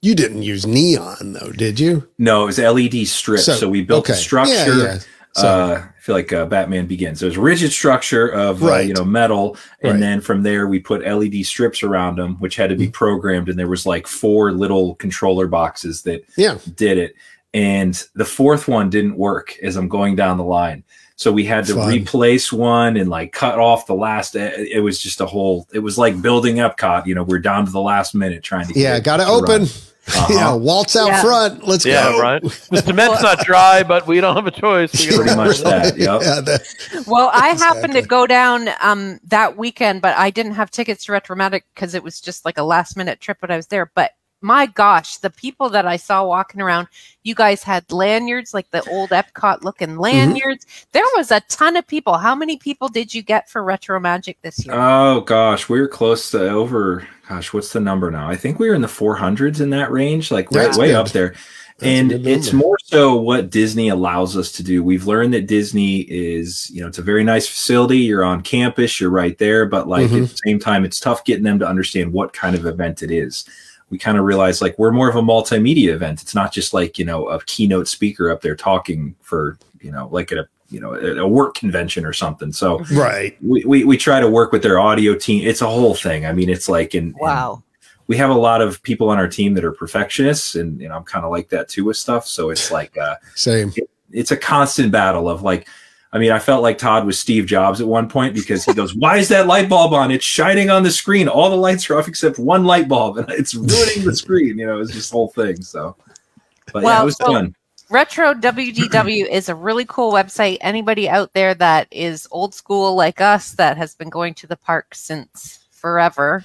A: you didn't use neon though, did you?
E: no, it was LED strips. So, we built the
A: okay.
E: structure.
A: Yeah, yeah. So
E: uh, I feel like uh, Batman Begins. So it was rigid structure of uh,
A: Right.
E: you know metal,
A: Right.
E: and
A: Mm-hmm.
E: then from there we put LED strips around them, which had to be programmed, and there was like four little controller boxes that
A: Yeah.
E: did it, and the fourth one didn't work as I'm going down the line. So we had to
A: Fun.
E: replace one and like cut off the last. eh, It it was just a whole. It was like building Epcot. You know, we're down to the last minute trying to.
A: yeah,
E: get
A: got to
E: it run.
A: open.
E: Uh-huh.
A: Yeah, waltz out
D: Yeah.
A: front. Let's
B: Yeah,
A: go.
B: right. The cement's not dry, but we don't have a choice. We
E: Pretty
B: gotta-
E: much that. Yep.
A: Yeah, that-
D: Well, I happened
A: Exactly.
D: to go down um, that weekend, but I didn't have tickets to Retromatic because it was just like a last minute trip when I was there. But my gosh, the people that I saw walking around, you guys had lanyards, like the old Epcot
E: Mm-hmm.
D: looking lanyards. There was a ton of people. How many people did you get for Retro Magic this year?
E: Oh gosh, we were close to over. Gosh, what's the number now? I think we were in the 400s in that range, like right,
A: That's
E: way
A: good.
E: up there.
A: That's a
E: and
A: good
E: it's
A: number.
E: more so what Disney allows us to do. We've learned that Disney is, you know, it's a very nice facility. You're on campus, you're right there, but like
A: Mhm.
E: at the same time, it's tough getting them to understand what kind of event it is. We kind of realize like we're more of a multimedia event. It's not just like, you know, a keynote speaker up there talking for, you know, like at a, you know, at a work convention or something. So,
A: right.
E: we, we, we try to work with their audio team. It's a whole thing. I mean, it's like, and, and
D: wow.
E: we have a lot of people on our team that are perfectionists and, and I'm kind of like that too with stuff. So it's like, uh,
A: Same.
E: it's a constant battle of like, I mean, I felt like Todd was Steve Jobs at one point because he goes, why is that light bulb on? It's shining on the screen. All the lights are off except one light bulb and it's ruining the screen. You know, it's just the whole thing. So, but yeah,
D: Well,
E: it was
D: so-
E: fun.
D: Retro WDW is a really cool website. Anybody out there that is old school like us that has been going to the park since forever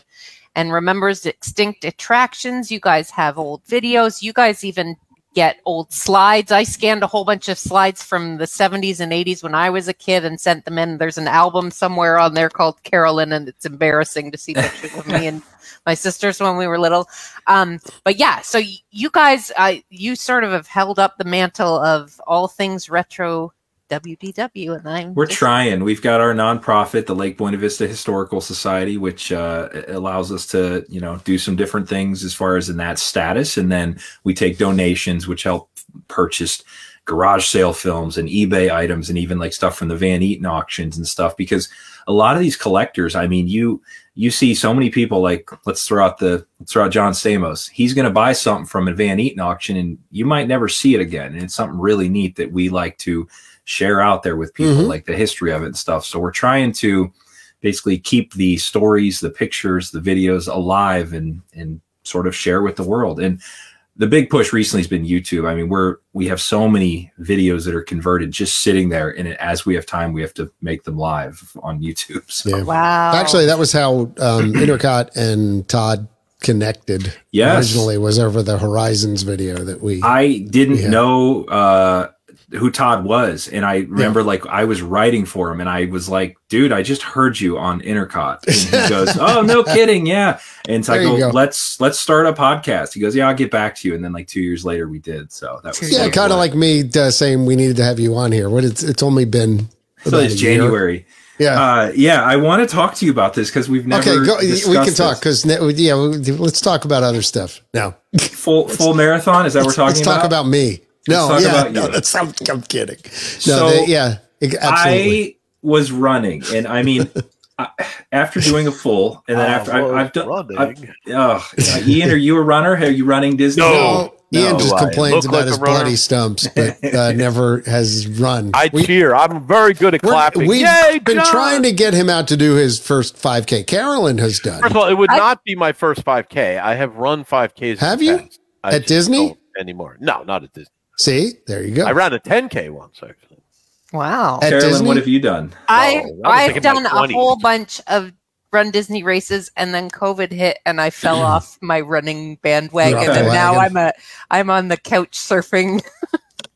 D: and remembers extinct attractions, you guys have old videos, you guys even get old slides. I scanned a whole bunch of slides from the 70s and 80s when I was a kid and sent them in. There's an album somewhere on there called Carolyn, and it's embarrassing to see pictures of me and my sisters when we were little. Um, but yeah, so y- you guys, I you sort of have held up the mantle of all things retro WDW, and I'm
E: We're
D: just-
E: trying. We've got our nonprofit, the Lake Buena Vista Historical Society, which uh, allows us to, you know, do some different things as far as in that status, and then we take donations, which help purchase garage sale films and eBay items, and even like stuff from the Van Eaton auctions and stuff. Because a lot of these collectors, I mean, you you see so many people like let's throw out the let's throw out John Stamos. He's going to buy something from a Van Eaton auction, and you might never see it again. And it's something really neat that we like to share out there with people
A: Mhm.
E: like the history of it and stuff so we're trying to basically keep the stories the pictures the videos alive and and sort of share with the world and the big push recently has been youtube i mean we're we have so many videos that are converted just sitting there and as we have time we have to make them live on youtube so
A: Yeah.
D: wow.
A: Actually, that was how um, Intercot and Todd connected
E: yes
A: originally was over the Horizons video that we.
E: I didn't
A: Yeah.
E: know uh, who Todd was, and I remember like I was writing for him, and I was like, "Dude, I just heard you on Intercot." And he goes, "Oh, no kidding, yeah." And so I
A: There you
E: go,
A: go.
E: "Let's let's start a podcast." He goes, "Yeah, I'll get back to you." And then like two years later, we did. So that was
A: yeah,
E: really
A: kind of
E: cool.
A: like me uh, saying we needed to have you on here. What it's it's only been
E: so
A: about
E: it's
A: a year.
E: January.
A: Yeah.
E: Uh, yeah, I want to talk to you about this because we've never
A: okay, go, we
E: discussed
A: can talk
E: this.
A: because yeah, we- let's talk about other stuff now.
E: full full marathon. Is that what we're
A: let's
E: talking
A: talk about me. No,
E: talk
A: yeah,
E: about
A: no,
E: you.
A: that's, I'm, I'm kidding. No,
E: So-
A: they- yeah, it- absolutely.
E: I was running, and I mean, I, after doing a full, and then
B: I
E: after I,
B: was
E: I've done,
B: running.
E: I've- Oh, Ian, are you a runner? Are you running Disney?
B: No.
A: Ian
E: No,
A: just
E: I-
A: complains
B: Look
A: about
B: like
A: his
B: a runner.
A: bloody stumps, but uh, never has run.
B: I
A: We-
B: cheer. I'm very good at
A: we're-
B: clapping.
A: We've
B: Yay,
A: been
B: John!
A: trying to get him out to do his first 5K. Carolyn has done.
B: First of all, it would
D: I-
B: not be my first 5K. I have run 5Ks. in the
A: Have you?
B: past. I
A: At
B: just
A: Disney? Oh.
B: don't anymore? No, not at Disney.
A: See, there you go.
B: I ran a 10K once actually.
D: Wow.
A: At
E: Carolyn,
A: Disney?
E: what have you done?
D: I
B: was
D: I've
B: thinking my
D: done a
B: 20s.
D: whole bunch of run Disney races, and then COVID hit, and I fell off my running bandwagon,
A: Rocket
D: and now
A: wagon.
D: I'm a I'm on the couch surfing.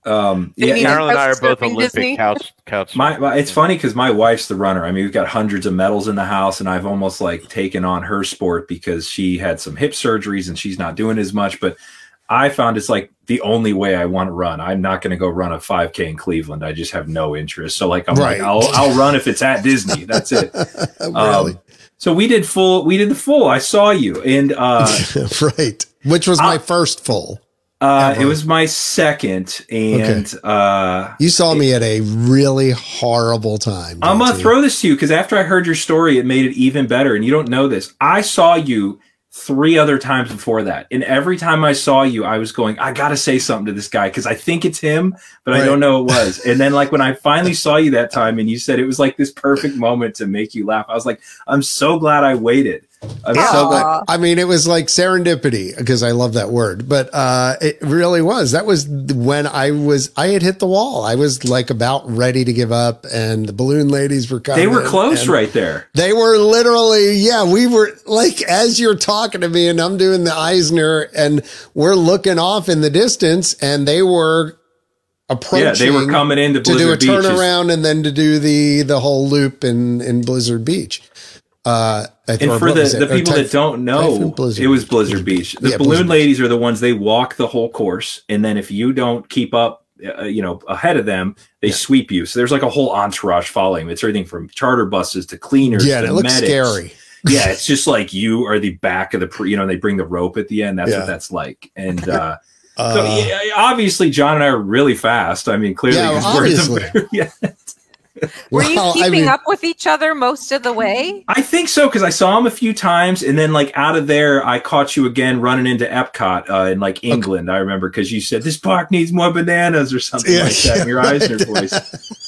E: Um,
D: Didn't
E: yeah,
D: even-
B: Carol and I are
D: couch
B: both
D: surfing
B: Olympic
D: Disney?
B: couch couch.
E: My, my it's funny because my wife's the runner. I mean, we've got hundreds of medals in the house, and I've almost like taken on her sport because she had some hip surgeries and she's not doing as much. But I found it's like the only way I want to run. I'm not going to go run a 5K in Cleveland. I just have no interest. So like I'm
A: Right.
E: like I'll I'll run if it's at Disney. That's it.
A: really?
E: Um, so we did full. We did the full. I saw you, and uh,
B: Um,
A: right. Which was my
E: I'll-
A: first full.
E: uh,
A: Ever.
E: it was my second, and uh,
A: You saw me at a really horrible time.
E: I'm gonna
A: JT.
E: throw this to you because after I heard your story, it made it even better. And you don't know this. I saw you three other times before that, and every time I saw you, I was going, "I gotta say something to this guy because I think it's him, but
A: Right.
E: I don't know it was." and then, like when I finally saw you that time, and you said it was like this perfect moment to make you laugh, I was like, "I'm so glad I waited." I'm so glad.
D: Aw.
A: I mean, it was like serendipity because I love that word, but uh, it really was. That was when I was, I had hit the wall. I was like about ready to give up, and the balloon ladies were coming.
E: They were close
A: and
E: right there.
A: They were literally, yeah, we were like, as you're talking to me, and I'm doing the Eisner, and we're looking off in the distance, and they were approaching.
E: Yeah, they were coming into
A: to do a
E: Blizzard Beach. It's-
A: turnaround and then to do the the whole loop in in Blizzard Beach. Uh, I
E: And
A: or
E: for
A: what
E: the,
A: was it?
E: the
A: Or
E: people
A: Typhoon-
E: that
A: Typhoon
E: don't know,
A: Blizzard.
E: it was Blizzard Beach. The
A: Yeah,
E: balloon
A: Blizzard Beach.
E: ladies are the ones they walk the whole course, and then if you don't keep up, uh, you know, ahead of them, they sweep you. So there's like a whole entourage following. It's everything from charter buses to cleaners.
A: yeah, and
E: to
A: it looks
E: medics.
A: scary.
E: yeah, it's just like you are the back of the, pre- you know, they bring the rope at the end. That's
A: Yeah.
E: what that's like. And uh,
A: Uh,
E: so yeah, obviously, John and I are really fast. I mean, clearly,
A: Yeah,
E: 'cause we're at the- yeah.
D: Were
A: well,
D: you keeping
A: I mean,
D: up with each other most of the way?
E: I think so because I saw him a few times, and then like out of there, I caught you again running into Epcot uh, in like England. I remember because you said this park needs more bananas or something
A: Yeah,
E: like that in your Eisner voice.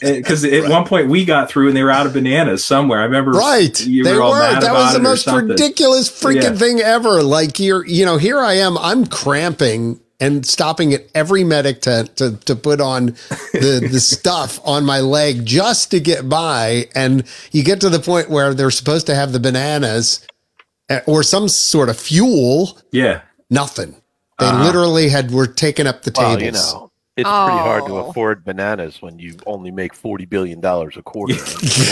E: Because at one point we got through and they were out of bananas somewhere. I remember
A: Right,
E: you
A: they
E: were all
A: were.
E: mad
A: That
E: about
A: was the
E: it or
A: most
E: something.
A: ridiculous freaking
E: Yeah.
A: thing ever. Like you're, you know, here I am. I'm cramping and stopping at every medic tent to to put on the the stuff on my leg just to get by. And you get to the point where they're supposed to have the bananas eh, or some sort of fuel.
E: Yeah,
A: Nothing. They
E: Uh-huh.
A: literally had were taking up the
B: Well,
A: tables.
B: you know, it's pretty hard to
D: Oh.
B: afford bananas when you only make forty billion dollars a quarter.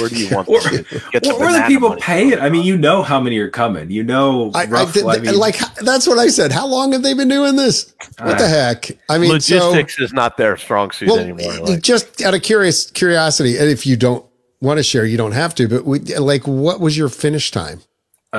B: Where do you want
E: Or-
B: them to get
E: Well,
B: the
E: where the
B: banana
E: people
B: money
E: pay
B: from?
E: it. I mean, you know how many are coming. You know,
A: I, I,
E: roughly,
A: did,
E: I mean,
A: like that's what I said. How long have they been doing this? What the heck? I mean, so
B: Uh, logistics is not their strong suit
A: well,
B: anymore.
A: it-
B: Like,
A: just out of curious curiosity, and if you don't want to share, you don't have to. But we, like, what was your finish time?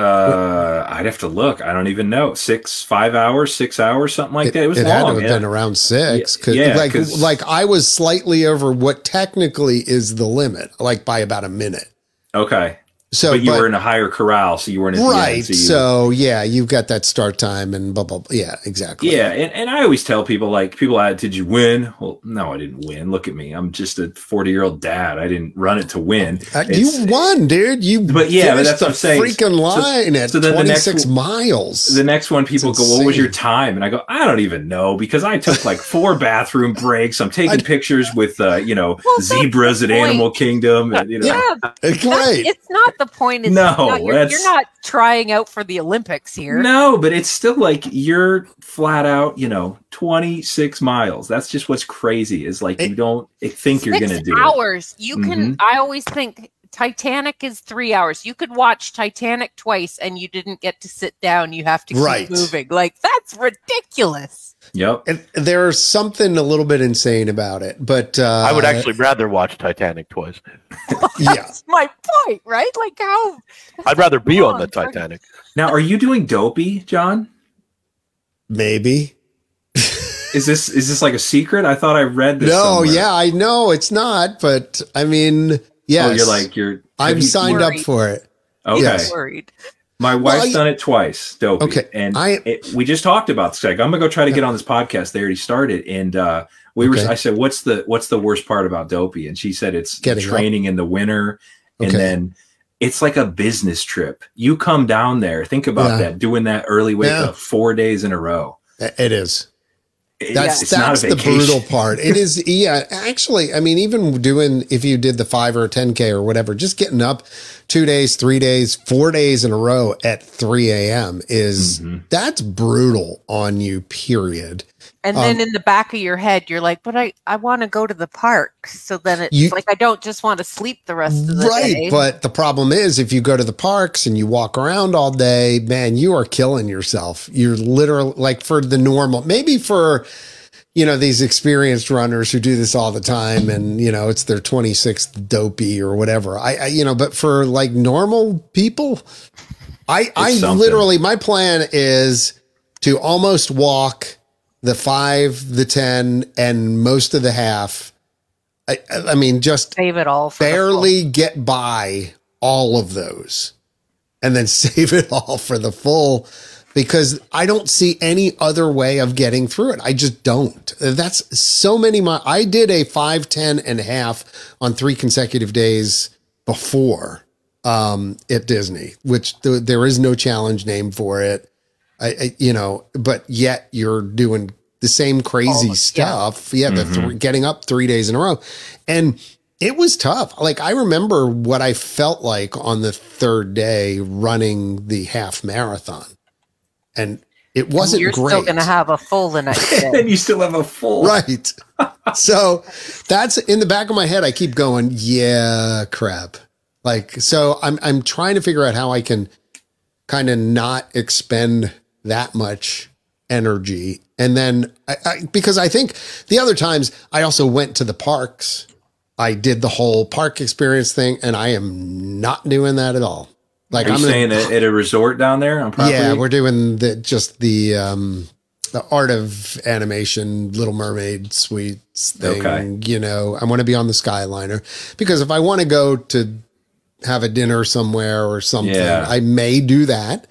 E: uh, I'd have to look. I don't even know. Six, five hours, six hours, something like that. It was
A: it
E: long.
A: had to have
E: yeah.
A: been around six.
E: Yeah,
A: 'cause,
E: yeah,
A: like,
E: 'cause-
A: like I was slightly over what technically is the limit, like by about a minute.
E: Okay.
A: So,
E: but you
A: but-
E: were in a higher corral, so you weren't at The
A: right.
E: end, so you-
A: so, yeah, you've got that start time and blah blah. blah. Yeah, exactly.
E: yeah, and, and I always tell people like people, ask, did you win? Well, no, I didn't win. Look at me, I'm just a 40 year old dad. I didn't run it to win.
A: Uh,
E: It's-
A: you won, dude. You
E: But yeah, but
A: finished
E: that's what I'm saying.
A: Freaking line at
E: so then the next
A: 26
E: w-
A: miles. Uh,
E: the next one, people
A: It's
E: go, "What was your
A: insane.
E: time?" And I go, "I don't even know because I took like four bathroom breaks. I'm taking pictures with uh, you know
D: Well, that's
E: zebras at
D: the point.
E: Animal Kingdom, and you know."
D: Yeah,
A: It's
D: that's-
A: great.
D: it's not the point. Is
E: No,
D: you're,
E: that's-
D: you're not trying out for the Olympics here.
E: No, but it's still like you're flat out, you know, 26 miles. That's just what's crazy is like you don't think you're
D: 6
E: going to do it. Mm-hmm.
D: hours. You can. I always think Titanic is three hours. You could watch Titanic twice and you didn't get to sit down. You have to keep
A: Right.
D: moving. Like that's ridiculous.
E: Yep.
A: And there's something a little bit insane about it, but uh,
B: I would actually rather watch Titanic twice.
A: yeah.
D: That's my point, right? Like how
B: I'd rather be on the
D: Long target.
B: Titanic.
E: Now, are you doing dopey, John?
A: Maybe.
E: Is this is this like a secret? I thought I read this.
A: No,
E: somewhere.
A: yeah, I know it's not, but I mean, yes,
E: Oh, you're like you're. have
A: I'm
E: you-
A: signed up
D: Worried.
A: for it.
E: Okay.
A: yes.
D: worried.
E: My
A: Well,
E: wife's
A: I-
E: done it twice, Dopey.
A: Okay,
E: and
A: I-
E: it, we just talked about Seg. I'm gonna go try to get on this podcast. They already started, and uh, we
A: Okay.
E: were. I said, "What's the what's the worst part about Dopey?" And she said, "It's
A: Getting up.
E: training in the winter, and
A: Okay.
E: then it's like a business trip. You come down there. Think about
A: Yeah.
E: that. Doing that early wake
A: Yeah.
E: up four days in a row.
A: It is.
E: It-
A: That's
E: it's
A: that's
E: not a
A: the
E: vacation.
A: brutal part. It is yeah, actually, I mean, even doing if you did the five or ten K or whatever, just getting up two days, three days, four days in a row at three AM is
E: Mhm.
A: that's brutal on you, period.
D: And
A: Um,
D: then in the back of your head, you're like, but I, I want to go to the park. So then it's
A: You-
D: like, I don't just want to sleep the rest of the
A: Right.
D: day.
A: But the problem is if you go to the parks and you walk around all day, man, you are killing yourself. You're literally like for the normal, maybe for you know, these experienced runners who do this all the time and you know, it's their 26th dopey or whatever. I, I you know, but for like normal people, I I
E: something.
A: literally my plan is to almost walk the 5, the 10 and most of the half. I, I I mean, just
D: save it all. For the fall.
A: barely get by all of those and then save it all for the full because I don't see any other way of getting through it. I just don't. That's so many. My, I did a 5, 10 and a half on three consecutive days before um, at Disney, which th- there is no challenge name for it. I, I, you know, but yet you're doing the same crazy stuff. Yeah, the three, getting up three days in a row, and it was tough. Like I remember what I felt like on the third day running the half marathon, and it wasn't
D: You're
A: great.
D: still going to have a full the next day.
E: And you still have a full
A: right. so that's in the back of my head. I keep going, yeah, crap. Like so, I'm I'm trying to figure out how I can kind of not expend that much energy, and then I, I, because I think the other times I also went to the parks. I did the whole park experience thing, and I am not doing that at all. Like
E: Are you
A: I'm gonna-
E: saying at, at a resort down there on property?
A: yeah, we're doing the just the um the art of animation Little Mermaid suites thing.
E: Okay.
A: You know, I want to be on the Skyliner because if I want to go to have a dinner somewhere or something,
E: Yeah.
A: I may do that.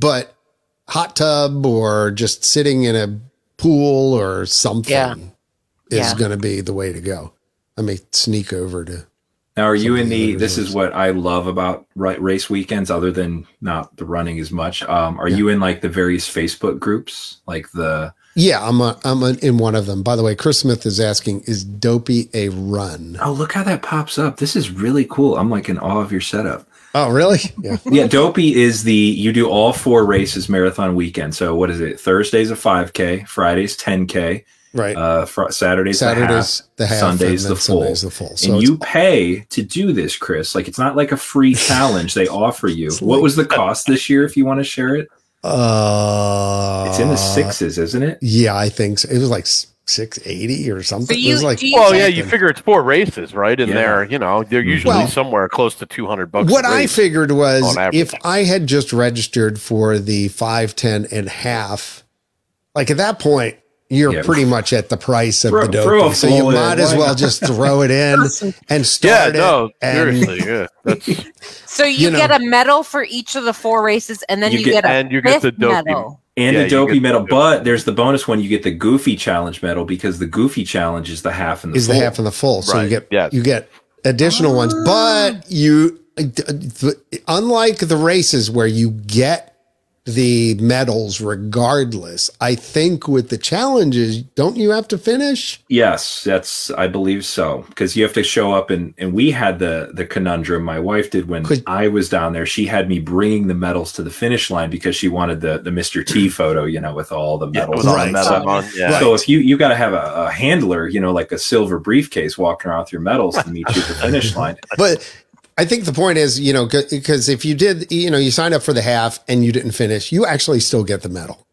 A: But hot tub or just sitting in a pool or something
D: Yeah.
A: is
D: Yeah.
A: going to be the way to go. I may sneak over to
E: Now, are you in
A: Something
E: the?
A: that
E: This
A: resembles-
E: is what I love about ri- race weekends, other than not the running as much. Um, are you in like the various Facebook groups, like the?
A: yeah, I'm a, I'm a, in one of them. By the way, Chris Smith is asking, is Dopey a run?
E: Oh, look how that pops up. This is really cool. I'm like in awe of your setup.
A: Oh, really? Yeah.
E: yeah, Dopey is the you do all four races marathon weekend. So what is it? Thursday's a 5K, Friday's 10K,
A: Right.
E: uh, fr- Saturday's,
A: Saturdays the half,
E: Sunday's
A: and then
E: the full.
A: Sunday's the full. So
E: and
A: it's-
E: you pay to do this, Chris. Like it's not like a free challenge they offer you.
A: It's
E: What
A: like-
E: was the cost this year? If you want to share it,
A: uh,
E: it's in the sixes, isn't it?
A: Yeah, I think so. it was like six eighty or something.
D: So you- e-
A: it was like
D: do you-
B: Well, yeah, you
A: something.
B: figure it's four races, right? And
E: Yeah.
B: they're, you know, they're usually
A: Mm-hmm. Well,
B: somewhere close to 200 bucks.
A: What
B: a
A: I
B: race.
A: figured was
B: on average.
A: if I had just registered for the five, ten, and half, like at that point, you're
E: Yeah.
A: pretty much at the price of
E: Throw-
A: the
E: throw
A: dope.
E: a
A: So you
E: full in.
A: might as
E: Why
A: well
E: not?
A: just throw it in and
B: Yeah,
A: start it.
B: no,
A: and-
B: seriously. Yeah. That's,
D: So you,
A: You know.
D: get a medal for each of the four races, and then
E: You
D: you,
E: get-
D: get, a
B: and you get the
D: fifth
B: dopey.
D: medal.
E: And
B: Yeah,
E: the
B: you
E: dopey
B: get-
E: medal, but there's the bonus one. You get the goofy challenge medal because the goofy challenge is the half and the
A: is
E: full.
A: the half and the full. So you
B: Right,
A: get
B: yes.
A: you get additional ones, but you unlike the races where you get the medals regardless. I think with the challenges, don't you have to finish?
E: Yes, that's I believe so because you have to show up and and we had the the conundrum. My wife did when
A: Could-
E: I was down there. She had me bringing the medals to the finish line because she wanted the the Mr. T photo, you know, with all the
B: yeah,
E: medals.
B: with all the
A: Right.
B: medals on, yeah.
E: So if you you got to have a, a handler, you know, like a silver briefcase walking around with your medals to meet you at the finish line.
A: But I think the point is, you know, because if you did, you know, you signed up for the half and you didn't finish, you actually still get the medal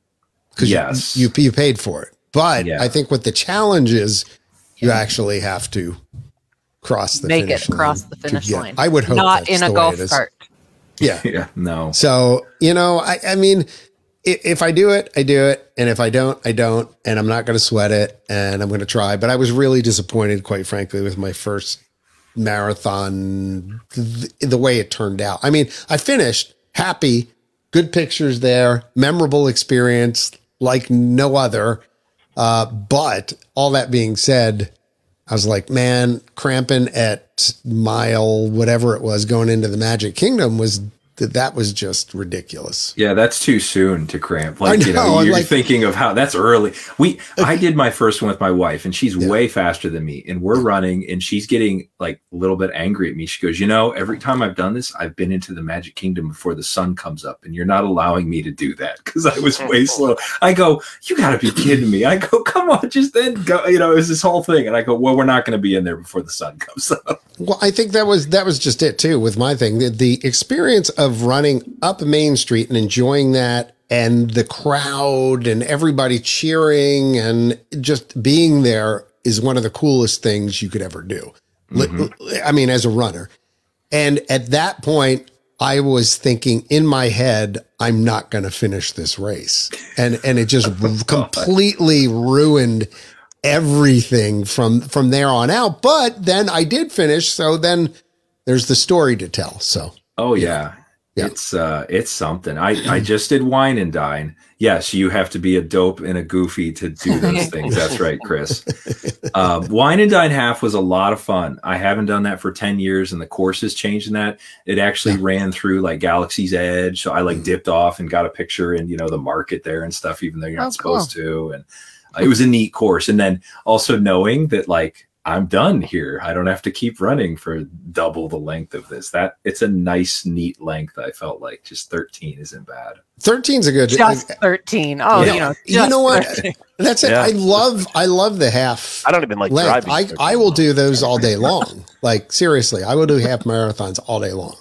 A: because
E: Yes.
A: you, you you paid for it. But
E: Yeah.
A: I think with the challenges, you actually have to cross the
D: Make it
A: finish
D: across
A: line
D: the
A: to
D: finish
A: get-
D: line.
A: I would hope
D: Not
A: that's
D: in
A: the
D: a
A: way
D: golf
A: it is.
D: cart.
A: Yeah.
E: Yeah, no.
A: So you know, I I mean, i- if I do it, I do it, and if I don't, I don't, and I'm not going to sweat it, and I'm going to try. But I was really disappointed, quite frankly, with my first marathon, th- the way it turned out. I mean, I finished happy. Good pictures there, memorable experience like no other. Uh, but all that being said, I was like, man, cramping at mile whatever it was going into the Magic Kingdom was that that was just ridiculous.
E: Yeah, that's too soon to cramp. Like you
A: know,
E: know,
A: I'm
E: you're
A: like-
E: thinking of how that's early. We I did my first one with my wife, and she's way faster than me, and we're running, and she's getting like a little bit angry at me. She goes, "You know, every time I've done this, I've been into the Magic Kingdom before the sun comes up, and you're not allowing me to do that because I was way slow." I go, "You got to be kidding me!" I go, "Come on, just then go." You know, it was this whole thing, and I go, "Well, we're not going to be in there before the sun comes up."
A: Well, I think that was that was just it too with my thing. The, the experience of running up Main Street and enjoying that and the crowd and everybody cheering and just being there is one of the coolest things you could ever do. Li- I mean as a runner. And at that point I was thinking in my head I'm not going to finish this race. And and it just completely ruined everything from from there on out. But then I did finish, so then there's the story to tell. So
E: Oh yeah.
A: Yeah.
E: It's uh it's something. I I just did wine and dine. Yes, you have to be a dope and a goofy to do those things. That's right, Chris. Um, wine and dine half was a lot of fun. I haven't done that for 10 years and the course has changed in that. It actually ran through like Galaxy's Edge. So I like dipped off and got a picture in, you know, the market there and stuff, even though you're not
D: Oh, cool.
E: supposed to. And uh, it was a neat course. And then also knowing that like I'm done here. I don't have to keep running for double the length of this. That it's a nice, neat length. I felt like just 13 isn't bad.
A: 13's a good
D: Just 13. Oh,
A: Yeah.
D: you know,
A: You know what?
D: just 13.
A: that's it.
B: Yeah.
A: I love I love the half
B: I don't even like
A: length.
B: driving.
A: I, I will do those all day long. like seriously, I will do half marathons all day long.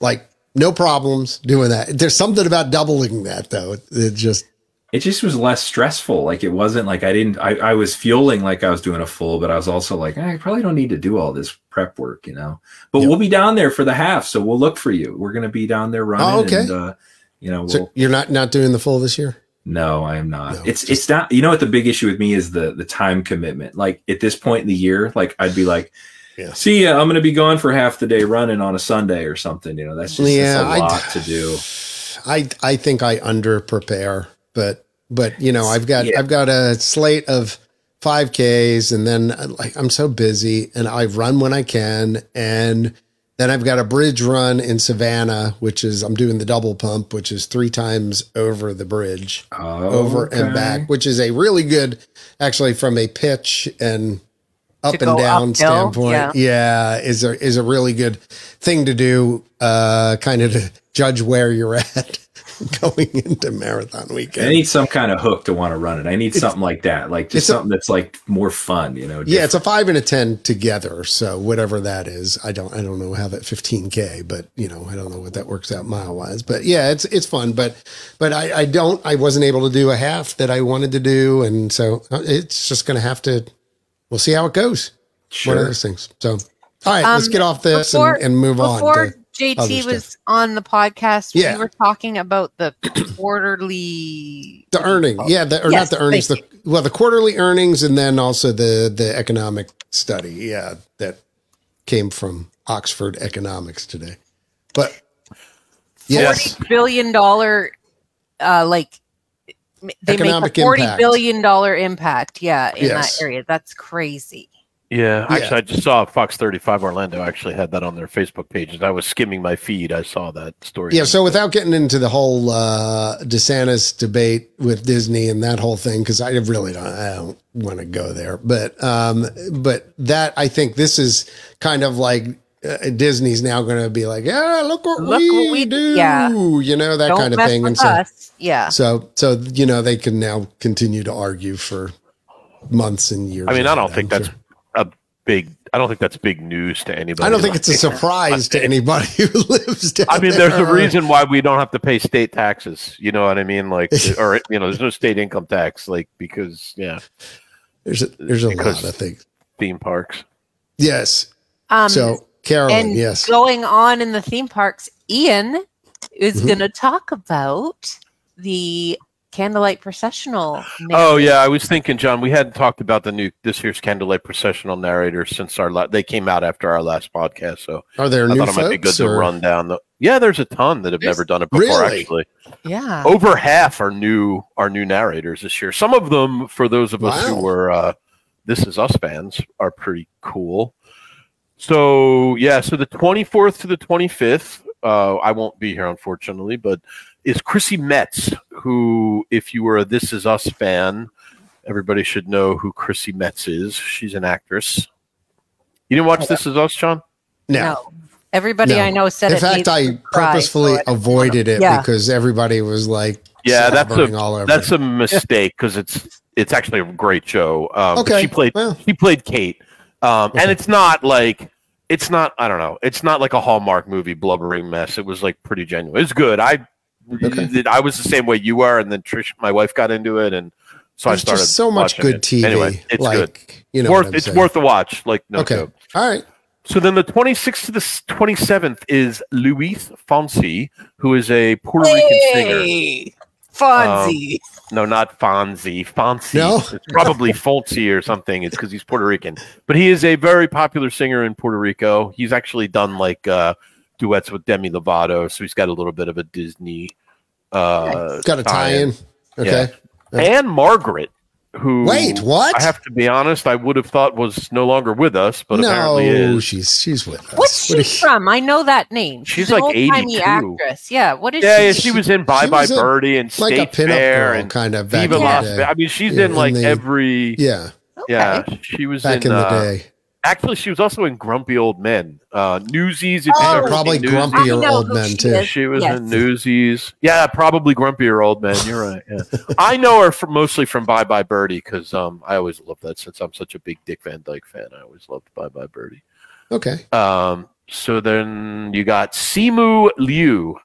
A: Like no problems doing that. There's something about doubling that though. It just
E: It just was less stressful. Like it wasn't like I didn't. I, I was fueling like I was doing a full, but I was also like "Eh, I probably don't need to do all this prep work, you know. But
A: Yeah.
E: we'll be down there for the half, so we'll look for you. We're gonna be down there running.
A: Oh, okay.
E: And, uh, you know, we'll,
A: so you're not not doing the full this year?
E: No, I am not.
A: No,
E: it's it's not. You know what the big issue with me is the the time commitment. Like at this point in the year, like I'd be like,
A: Yeah.
E: see, ya, I'm going to be gone for half the day running on a Sunday or something. You know, that's just that's a lot to do.
A: I I think I under prepare, but but you know I've got
E: Yeah.
A: I've got a slate of five Ks, and then uh, like I'm so busy, and I run when I can, and then I've got a bridge run in Savannah, which is I'm doing the double pump, which is three times over the bridge,
E: Oh,
A: over and
E: okay.
A: back, which is a really good actually from a pitch and up
D: To
A: and
D: go
A: down
D: uphill,
A: standpoint.
D: yeah.
A: yeah, is a is a really good thing to do, uh, kind of to judge where you're at going into marathon
E: I
A: weekend.
E: need some kind of hook to want to run it. I need something like that, like
A: it's
E: just
A: a-
E: something that's like more fun. You know,
A: yeah,
E: different.
A: it's a five and a ten together. So whatever that is, I don't I don't know how that fifteen k, but you know I don't know what that works out mile wise. But yeah, it's it's fun. But but I I don't I wasn't able to do a half that I wanted to do, and so uh, it's just gonna have to. We'll see how it goes. One of
E: sure.
A: those things. So all right, let's
D: Um,
A: get off this
D: before-
A: and, and move on.
D: Before
A: to-
D: JT
A: other
D: was on the podcast,
A: Yeah.
D: we were talking about the quarterly.
A: the earning yeah the, or
D: Yes,
A: not the earnings the
D: thank
A: well the quarterly earnings and then also the the economic study yeah that came from oxford economics today but yes
D: $40 billion dollar, uh, like m- they
A: Economic
D: make a forty
A: impact.
D: billion dollar impact. Yeah, in
A: Yes.
D: that area, that's crazy.
B: Yeah,
A: Yeah.
B: actually, I just saw Fox 35 Orlando actually had that on their Facebook page. As I was skimming my feed, I saw that story.
A: yeah so without getting into the whole uh desantis debate with disney and that whole thing because i really don't i don't want to go there but um but that i think this is kind of like uh, Disney's now going to be like, yeah, look what,
D: Look
A: we,
D: what we-
A: do,
D: yeah.
A: you know that
D: Don't
A: kind of
D: mess
A: thing.
D: with
A: and so,
D: us. Yeah,
A: So, so you know, they can now continue to argue for months and years.
B: I mean, I
A: on
B: don't
A: it,
B: think
A: I'm
B: that's
A: sure.
B: a big. I don't think that's big news to anybody.
A: I don't think it's a surprise Uh, to anybody who lives down
B: I mean, there's a
A: there.
B: reason why we don't have to pay state taxes. You know what I mean? Like, or you know, there's no state income tax. Like because yeah,
A: There's a, there's a
B: because-
A: lot of things.
B: theme parks.
A: Yes.
D: um,
A: so, Carolyn,
D: and
A: yes.
D: going on in the theme parks, Ian is
A: Mhm.
D: going to talk about the candlelight processional.
B: Oh yeah, I was thinking, John. We hadn't talked about the new this year's candlelight processional narrator since our la- they came out after our last podcast. So
A: Are there
B: I
A: new
B: thought it might be good
A: folks?
B: to
A: Or,
B: run down the. Yeah, there's a ton that have
A: There's-
B: never done it before.
A: Really?
B: Actually,
A: Oh,
D: Yeah.
A: Uh-huh.
B: over half are new are new narrators this year. Some of them, for those of us
A: Wow.
B: who were uh, This Is Us fans, are pretty cool. So yeah, so the 24th to the 25th, uh, I won't be here unfortunately, but is Chrissy Metz, who, if you were a This Is Us fan, everybody should know who Chrissy Metz is. She's an actress. You didn't
A: Oh,
B: watch This Is Us, John?
A: No.
D: Everybody
A: No.
D: I know said
A: In
D: it.
A: fact,
D: needs
A: I
D: to cry,
A: purposefully
D: so I-
A: avoided it
D: Yeah.
A: because everybody was like,
B: Yeah, that's a-
A: slobbering all over.
B: That's a mistake because it's it's actually a great show. Um,
A: okay.
B: She played
A: Well,
B: she played Kate, um,
A: Okay.
B: and it's not like it's not I don't know. It's not like a Hallmark movie blubbering mess. It was like pretty genuine. It's good. I
A: Okay.
B: I was the same way you were, and then Trish, my wife, got into it, and so I
A: there's
B: started
A: just so much
B: watching
A: good
B: it.
A: TV.
B: Anyway, it's
A: like,
B: good.
A: You know, what
B: worth
A: I'm
B: it's
A: saying.
B: worth the watch. Like no
A: Okay.
B: joke.
A: All right.
B: So then the 26th to the s- 27th is Luis Fonsi, who is a Puerto Rican singer. Um,
D: Hey, Fonzie.
B: No, not Fonzie. Fonzie.
A: No?
B: It's probably Fonzie or something. It's because he's Puerto Rican. But he is a very popular singer in Puerto Rico. He's actually done like uh, duets with Demi Lovato. So he's got a little bit of a Disney. Uh,
A: Got a tie in. Okay.
B: And Margaret, who.
A: Wait, what?
B: I have to be honest, I would have thought was no longer with us, but
A: no,
B: apparently is.
A: she's she's with us.
D: What's she
A: What are you-
D: from? I know that name.
B: She's like
D: old-timey
B: 82.
D: actress. Yeah. What is
B: Yeah, yeah,
D: she?
B: she was in Bye
A: she
B: Bye
A: was a-
B: Birdie and
A: Like
B: State
A: a pinup
B: Fair
A: girl
B: and
A: kind of back
B: Viva
A: in
D: Yeah.
B: Las
A: the day.
B: Vegas. I mean, she's
A: Yeah,
B: in like
A: in the-
B: every.
A: Yeah,
D: Okay.
B: Yeah, she was
A: back
B: in,
A: in, the
B: uh,
A: day.
B: Actually, she was also in Grumpy Old Men, uh, Newsies. If
D: Oh,
B: you've ever
A: Probably
B: seen Newsies,
A: grumpy
D: I
A: or
D: know
A: old
D: who
A: men
D: she
A: too.
D: is.
B: She was
D: Yes.
B: in Newsies. Yeah, probably grumpier old men. You're right. Yeah. I know her from, mostly from Bye Bye Birdie because um, I always loved that. Since I'm such a big Dick Van Dyke fan, I always loved Bye Bye Birdie.
A: Okay.
B: Um, so then you got Simu Liu,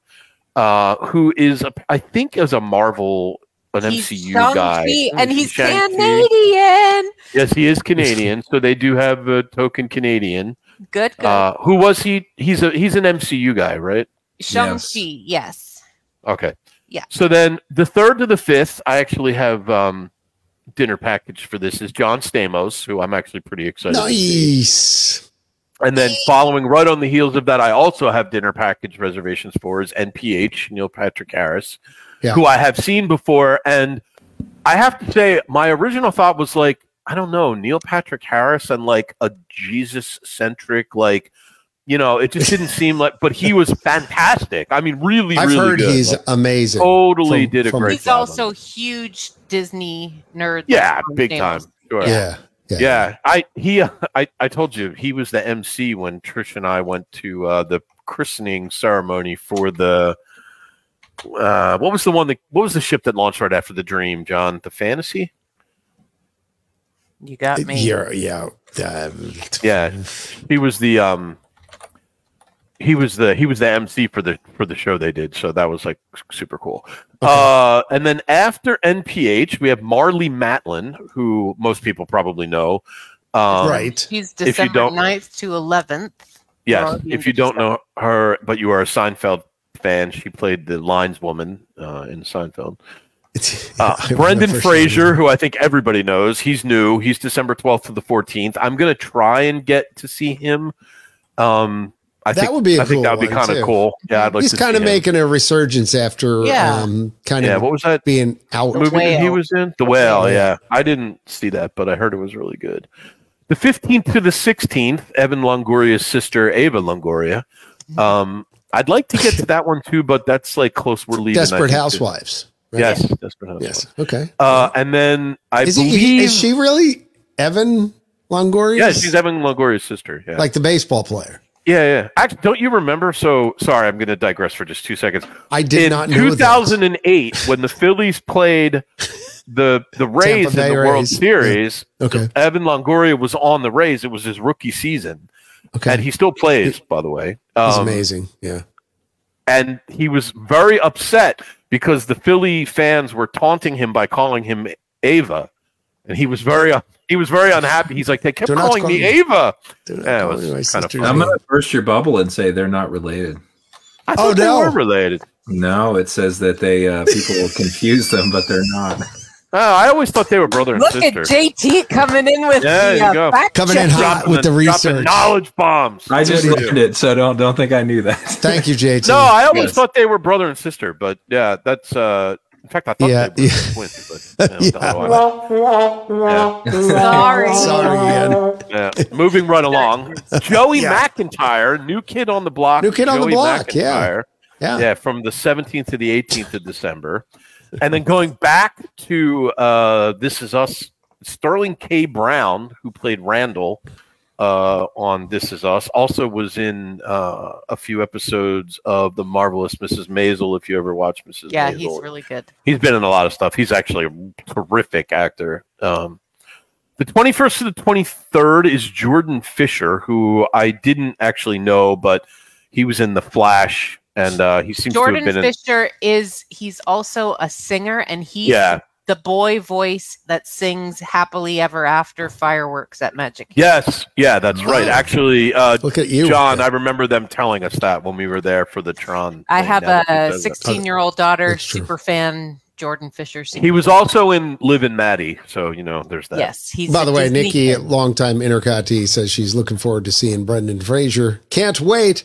B: uh, who is a, I think is a Marvel an
D: He's
B: MCU
D: Shang-Chi,
B: guy, Mm-hmm.
D: and he's
B: Shang-Chi.
D: Canadian.
B: Yes, he is Canadian, so they do have a token Canadian.
D: Good, good.
B: Uh, who was he? He's a he's an MCU guy, right?
D: Shang-Chi, yes.
B: Okay.
D: Yeah.
B: So then the third to the fifth, I actually have um, dinner package for this is John Stamos, who I'm actually pretty excited. to see.
A: Nice.
B: And then following right on the heels of that, I also have dinner package reservations for is NPH Neil Patrick Harris,
A: Yeah.
B: who I have seen before, and I have to say my original thought was like I don't know Neil Patrick Harris and like a Jesus centric like. You know, it just didn't seem like, but he was fantastic. I mean, really,
A: I've
B: really
A: heard
B: good.
A: he's
B: Like,
A: amazing.
B: totally
A: from-
B: did a
A: from-
B: great
D: He's
B: job.
D: also
B: on it.
D: huge Disney nerd.
B: yeah,
D: like Shang
B: big
D: Chi
B: time.
D: was.
B: Sure. Yeah.
A: yeah. yeah.
B: I he uh, I I told you he was the MC when Trish and I went to uh, the christening ceremony for the uh, what was the one that what was the ship that launched right after the Dream, John? The Fantasy?
D: You got me.
A: You're- yeah. Um,
B: Yeah, he was the um he was the he was the MC for the for the show they did, so that was like s- super cool. Uh, and then after NPH, we have Marley Matlin, who most people probably know. Um,
A: right.
D: He's
B: If you
D: December
B: don't-
D: 9th to 11th.
B: Yes.
D: Marley
B: If you don't know her, but you are a Seinfeld fan, she played the lineswoman uh, in Seinfeld. Uh,
A: I
B: Brendan
A: remember
B: Fraser,
A: seeing
B: who I think everybody knows, he's new. He's December 12th to the 14th. I'm going to try and get to see him. Um, I
A: That
B: think,
A: would be a
B: I think
A: cool
B: that would be
A: one,
B: kind of
A: too.
B: cool. Yeah, I'd like
A: He's
B: to
A: kind of
B: see him.
A: making a resurgence after
D: Yeah.
A: um, kind
B: Yeah,
A: of
B: what was that
A: being out.
D: The
B: movie that he
D: Whale.
B: was in? The Whale,
A: Whale.
B: yeah. I didn't see that, but I heard it was really good. The 15th to the 16th, Evan Longoria's sister, Ava Longoria.
A: Mm-hmm.
B: Um, I'd like to get to that one too, but that's like close. We're leaving. I
A: Desperate
B: think, too.
A: Housewives. right?
B: Yes, Desperate
A: Yes.
B: Housewives.
A: Okay.
B: Uh, and then I
A: is,
B: believe.
A: he, he, is she really Evan Longoria?
B: yeah, she's Evan Longoria's sister. Yeah.
A: like the baseball player.
B: yeah, yeah. Actually, don't you remember? So sorry, I'm going to digress for just two seconds.
A: I did
B: in
A: not know that.
B: 2008 when the Phillies played the the Rays in
A: Bay
B: the World
A: Rays, yeah.
B: Series.
A: Okay.
B: Evan Longoria was on the Rays. It was his rookie season,
A: Okay.
B: and he still plays, by the way.
A: He's
B: Um,
A: amazing. Yeah.
B: And he was very upset because the Philly fans were taunting him by calling him Ava, and he was very uh, he was very unhappy. He's like, they kept
A: They're not
B: calling me
A: calling you-
B: Ava.
A: Dude, I'm
B: Yeah, it
A: calling
B: was
A: my
B: kinda
A: sister's
B: funny.
E: I'm
A: name.
E: gonna burst your bubble and say they're not related.
B: I
A: Oh,
B: thought they
A: no.
B: were related.
E: No, it says that they uh, people will confuse them, but they're not.
B: Oh, I always thought they were brother and
D: Look at
B: sister.
D: JT coming in with
B: Yeah,
D: the
B: there you go.
D: uh, fact
A: Coming in
D: check.
A: hot. with the
B: dropping
A: research.
B: knowledge bombs.
E: I just
A: What do you
E: learned it, so don't don't think I knew that.
A: Thank you, JT.
B: no, I always
E: Yes.
B: thought they were brother and sister, but yeah, that's uh in fact I thought
A: Yeah,
B: they were
A: yeah.
B: twins, but yeah, don't know why.
D: Sorry.
A: Sorry, Ian.
B: Yeah. Moving right along. Joey
A: Yeah.
B: McIntyre, new kid on the block.
A: New kid on the
B: Joey
A: block, yeah.
B: McIntyre.
A: Yeah.
B: Yeah, from the 17th to the 18th of December. And then going back to uh, This Is Us, Sterling K. Brown, who played Randall uh, on This Is Us, also was in uh, a few episodes of The Marvelous Mrs. Maisel, if you ever watched Mrs.
D: Yeah,
B: Maisel.
D: he's really good.
B: He's been in a lot of stuff. He's actually a terrific actor. Um, the 21st to the 23rd is Jordan Fisher, who I didn't actually know, but he was in The Flash, and uh, he seems
D: Jordan
B: to have been
D: Fisher is he's also a singer and
B: in.
D: he's
B: Yeah.
D: the boy voice that sings happily ever after fireworks at Magic. Kingdom.
B: Yes. Yeah, that's right.
A: Oh.
B: Actually, uh,
A: Look at you.
B: John, I remember them telling us that when we were there for the Tron.
D: I
B: thing,
D: have
B: now that
D: a
B: he says that.
D: 16 year old daughter,
A: That's true.
D: super fan Jordan Fisher. Senior.
B: He was also in Live and Maddie, so you know, there's that.
D: yes. He's
A: By
D: a
A: the way,
D: Disney
A: Nikki,
D: kid.
A: longtime intercottee, says she's looking forward to seeing Brendan Fraser. Can't wait.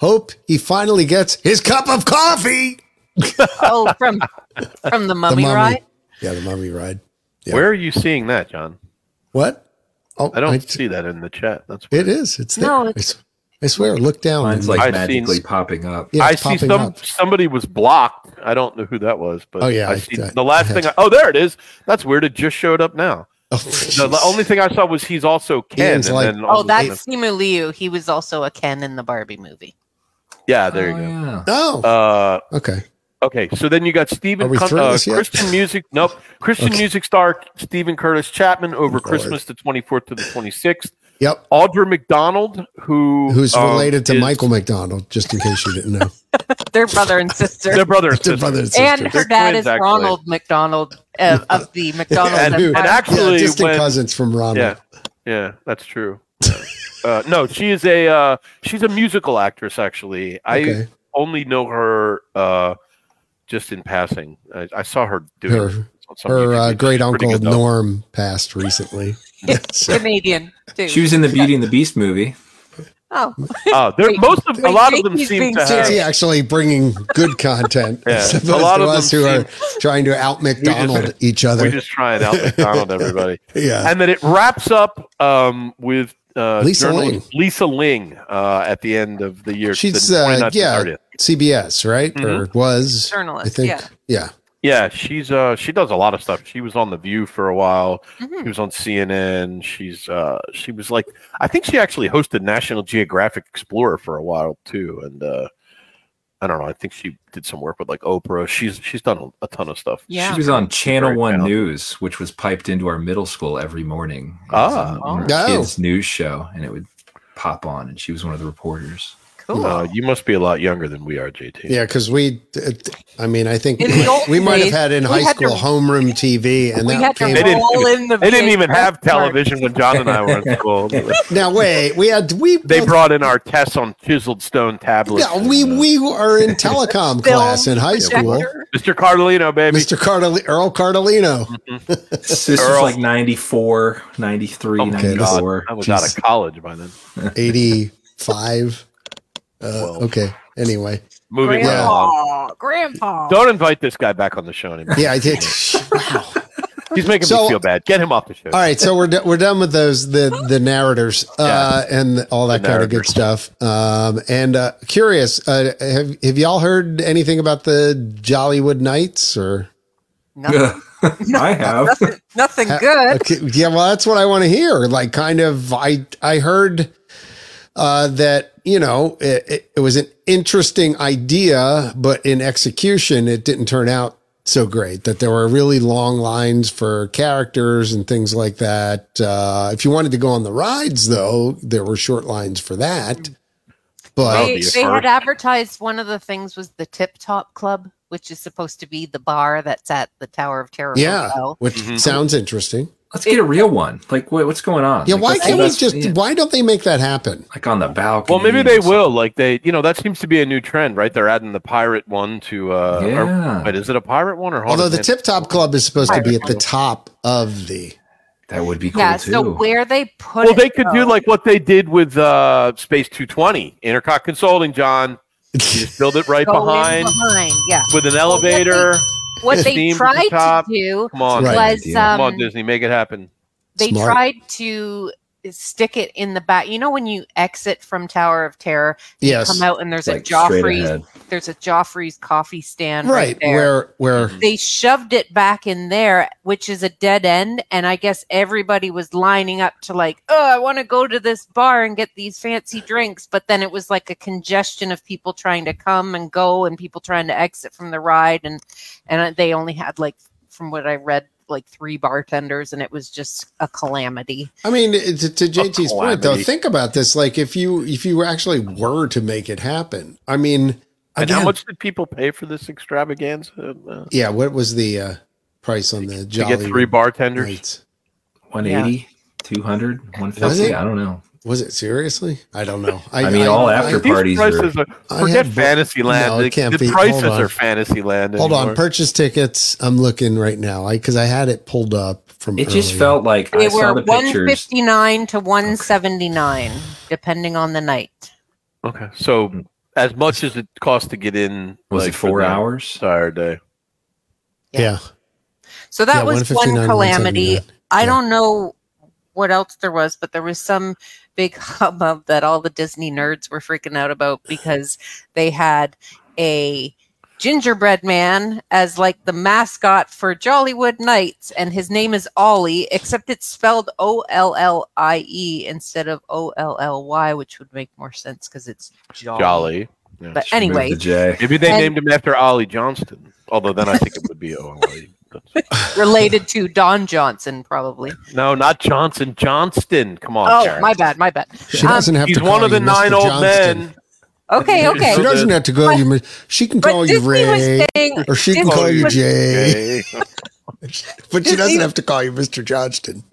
A: Hope he finally gets his cup of coffee.
D: oh from from the Mummy, Ride.
A: Yeah, the mummy ride. Yeah.
B: Where are you seeing that, John?
A: What? Oh,
B: I don't see that in the chat. That's
A: It is. It's there.
D: No,
A: I
D: it's-
A: s- I swear. Look down.
E: Mine's
B: I've
E: like
B: seen-
E: magically popping up.
A: Yeah,
B: I
A: it's
B: see
A: popping
B: some
A: up.
B: somebody was blocked. I don't know who that was, but
A: Oh, yeah, I-
B: I see
A: I-
B: the last thing. I, oh, there it is. That's weird. It just showed up now.
A: Oh,
B: The,
A: jeez.
B: only thing I saw was he's also Ken.
A: Ian's
B: and
A: like-
B: then all
D: Oh,
B: the-
D: that's Simu Liu. He was also a Ken in the Barbie movie.
B: yeah. Ah, There
E: Oh,
B: you go.
E: yeah.
A: Oh,
B: Uh,
A: okay.
B: okay, so then you got Stephen
A: Are we
B: Cun-
A: through
B: uh,
A: this yet?
B: Christian music. Nope, Christian
A: Okay.
B: music star Stephen Curtis Chapman over
A: Lord.
B: Christmas the twenty fourth to the twenty sixth.
A: Yep.
B: Audra McDonald, who
A: Who's
B: um,
A: related to
B: is-
A: Michael McDonald? Just in case you didn't know,
D: They're brother and sister.
B: their brother and
A: They're
B: sister.
A: brother and sister.
D: and her
B: sisters.
D: dad
B: Twins,
D: is
B: actually.
D: Ronald McDonald uh, of the McDonald's.
B: And-
A: who-
D: empire.
B: and actually-
A: yeah, distant
B: when-
A: cousins from Ronald.
B: Yeah, yeah, that's true. uh, no, she is a uh, she's a musical actress. Actually, I
A: Okay.
B: only know her uh, just in passing. I, I saw her do
A: Her-
B: it on some
A: Her
B: YouTube
A: uh,
B: video.
A: great
B: She's pretty
A: uncle
B: good, though.
A: Norm passed recently. So-
D: Canadian too.
E: She was in the Beauty and the Beast movie.
D: oh,
B: Uh, there,
D: Wait,
B: most of a
D: wait,
B: lot of them
D: Jakey's
B: seem
D: being
B: to have.
D: serious.
A: JT actually bringing good content
B: Yeah,
A: as
B: a
A: opposed
B: lot
A: to
B: of
A: us
B: them
A: who are trying to out McDonald each
B: We
A: other.
B: just trying out McDonald, everybody,
A: yeah.
B: and then it wraps up um, with uh,
A: Lisa
B: journalist Lisa Ling uh, at the end of the year.
A: She's,
B: the
A: uh,
B: 29th to
A: yeah.
B: 30th.
A: CBS, right?
B: Mm-hmm.
A: Or was
D: Journalist,
A: I think.
D: yeah.
A: Yeah.
B: yeah. She's uh, she does a lot of stuff. She was on the View for a while.
D: mhm.
B: She was on CNN. She's uh, she was like I think she actually hosted National Geographic Explorer for a while too, and uh, I don't know. I think she did some work with like Oprah. She's she's done a ton of stuff.
D: yeah.
E: She was on Channel
B: Very
E: One
B: talented.
E: News, which was piped into our middle school every morning. It was
B: Ah.
E: on our
A: Oh.
E: kids' news show, and it would pop on, and she was one of the reporters.
D: cool.
B: Uh, you must be a lot younger than we are, JT.
A: Yeah, because we, uh, I mean, I think
D: In the old
A: we might have
D: days,
A: had in
D: we
A: high
D: had to-
A: school homeroom TV, and
D: we
A: that
D: had to
A: came.
B: They didn't
D: roll
B: even-
D: in the.
B: They didn't even
D: VHS
B: have
D: card.
B: television when John and I were in school.
A: Now wait, we had we.
B: They
A: both-
B: brought in our tests on chiseled stone tablets.
A: Yeah, we
B: and, uh,
A: we are in telecom
D: Film
A: class in high school.
D: projector.
B: Mr. Cardellino, baby.
A: Mr. Cardali- Earl Cardellino.
E: This is
B: Earl.
E: like 94, 93,
B: Oh my God.
E: 94.
B: I was
E: Jeez.
B: out of college by then.
A: 85. Uh,
B: Twelve.
A: okay. Anyway.
B: Moving right
A: Yeah.
B: along.
D: Grandpa, grandpa.
B: Don't invite this guy back on the show anymore.
A: Yeah, I did.
B: He's making
A: So-
B: me feel bad. Get him off the show.
A: All right, so we're do- we're done with those the the narrators uh, and all that
B: The
A: kind of good
B: narrators.
A: stuff. Um, and uh, curious, uh, have have y'all heard anything about the Jollywood Knights or?
D: Nothing,
E: I have.
D: nothing, nothing
A: Uh,
D: good.
A: Okay, yeah, well, that's what I want to hear. Like, kind of, I I heard uh, that you know it, it, it was an interesting idea, but in execution, it didn't turn out so great. That there were really long lines for characters and things like that. Uh, if you wanted to go on the rides, though, there were short lines for that. But
B: that'll
D: They,
B: be a
D: they had
B: first.
D: advertised one of the things was the Tip Top Club, which is supposed to be the bar that's at the Tower of Terror.
A: yeah,
D: Hotel.
A: which
B: Mhm.
A: sounds interesting.
E: Let's get a real one. Like, what, what's going on?
A: Yeah,
E: Like,
A: why
E: that's-
A: can't we
E: that's-
A: just?
E: yeah,
A: Why don't they make that happen?
E: like on the balcony?
B: Well, maybe they
E: or something.
B: will. Like they, you know, that seems to be a new trend, right? They're adding the pirate one to. uh or-
E: yeah,
B: wait, is it a pirate one or? Haunted
A: Although the
B: Mansion?
A: Tip Top Club is supposed to be at the top of the.
E: that would be cool
D: yeah,
E: too.
D: so where they put
B: Well,
D: it,
B: they could do
D: though-
B: like what they did with uh Space 220, Intercot Consulting, John. You just build it right
D: Go in
B: behind
D: behind. Yeah,
B: with an
D: what they-
B: elevator.
D: what they
B: Steam at the
D: tried to
B: top.
D: do
B: Come on,
A: Right.
D: was
E: idea.
D: um,
B: come on, Disney, make it happen.
D: they
A: Smart.
D: tried to stick it in the back. You know when you exit from Tower of Terror,
A: yes,
D: come out and there's
E: like
D: a
E: straight
D: Joffrey's
E: ahead.
D: there's a Joffrey's coffee stand right,
A: right
D: there.
A: where where
D: they shoved it back in there, which is a dead end. And I guess everybody was lining up to like, oh, I want to go to this bar and get these fancy drinks. But then it was like a congestion of people trying to come and go and people trying to exit from the ride. And and they only had like, from what I read, like three bartenders, and it was just a calamity.
A: I mean, to, to JT's point, though,
B: calamity.
A: think about this: like if you if you actually were to make it happen, I mean,
B: And
A: again,
B: how much did people pay for this extravaganza uh,
A: yeah, what was the uh, price on the
B: to
A: Jolly
B: get three bartenders?
A: nights?
E: 180, 200, 150.
A: it?
E: I don't know.
A: Was it seriously? I don't know.
E: I mean, all after
B: These
E: parties are-
B: prices are,
A: I
B: forget
A: have-
B: Fantasyland.
A: No, it
B: the
A: can't
B: the
A: be.
B: prices
A: Hold on.
B: are Fantasyland.
A: Hold on,
B: anymore.
A: purchase tickets. I'm looking right now. I because I had it pulled up from.
E: It just
A: earlier.
E: felt like
D: They
E: I saw
D: were
E: the pictures.
D: 159 to 179, depending on the night.
B: Okay, so
A: Mm.
B: as much as it costs to get in,
E: Was
B: like,
E: it
B: for
E: four
B: the
E: hours?
B: entire day?
A: yeah.
D: So that
A: Yeah,
D: was one
A: 159,
D: calamity.
A: 179.
D: I
A: Yeah.
D: don't know what else there was, but there was some big hubbub that all the Disney nerds were freaking out about because they had a gingerbread man as like the mascot for Jollywood Nights, and his name is Ollie, except it's spelled O L L I E instead of O L L Y, which would make more sense because it's Jolly.
B: Jolly.
D: Oh. But
E: Remove
D: anyway,
E: the J.
B: Maybe they
D: And-
B: named him after Ollie Johnston. Although then I think it would be E. Ollie.
D: related to Don Johnson, probably.
B: No, not Johnson. Johnston. Come on.
D: Oh,
B: Jared.
D: my bad, my bad.
A: She
D: Um,
A: doesn't have
B: He's
A: to. call
B: one of
A: you
B: the
A: Mr.
B: nine old
A: Johnston.
B: men.
D: Okay,
B: She
D: okay.
A: She
B: So
A: doesn't
B: the-
A: have to call you. Mi- She can call
D: But
A: you
D: Disney
A: Ray,
D: was saying
A: or she can
D: Disney
A: call you
D: was-
A: Jay,
B: Okay.
A: but she doesn't
D: Disney-
A: have to call you Mr. Johnston.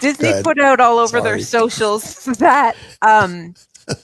D: Disney
A: Good.
D: put out all over
A: Sorry.
D: their socials that um,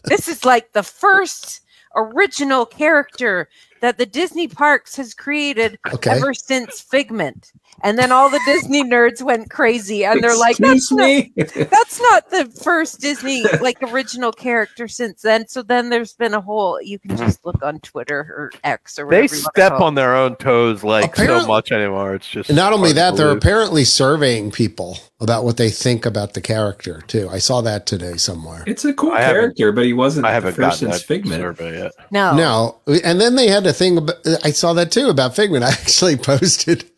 D: this is like the first original character that the Disney parks has created
A: Okay.
D: ever since Figment. And then all the Disney nerds went crazy and they're like,
E: Excuse
D: that's not,
E: me.
D: that's not the first Disney like original character since then. So then there's been a whole, you can just look on Twitter or X or whatever.
B: They
D: you wanna
B: step
D: call it.
B: on their own toes like
A: Apparently-
B: so much anymore. It's just
A: And not only
B: hard to
A: that, they're
B: believe.
A: apparently surveying people about what they think about the character too. I saw that today somewhere.
E: it's a cool
B: I haven't-
E: character, but he wasn't
B: I
E: the
B: haven't
E: first
B: gotten
E: since
B: that
E: Figment.
B: survey yet.
D: No.
A: No, and then they had a thing. About, I saw that too about Figment. I actually posted.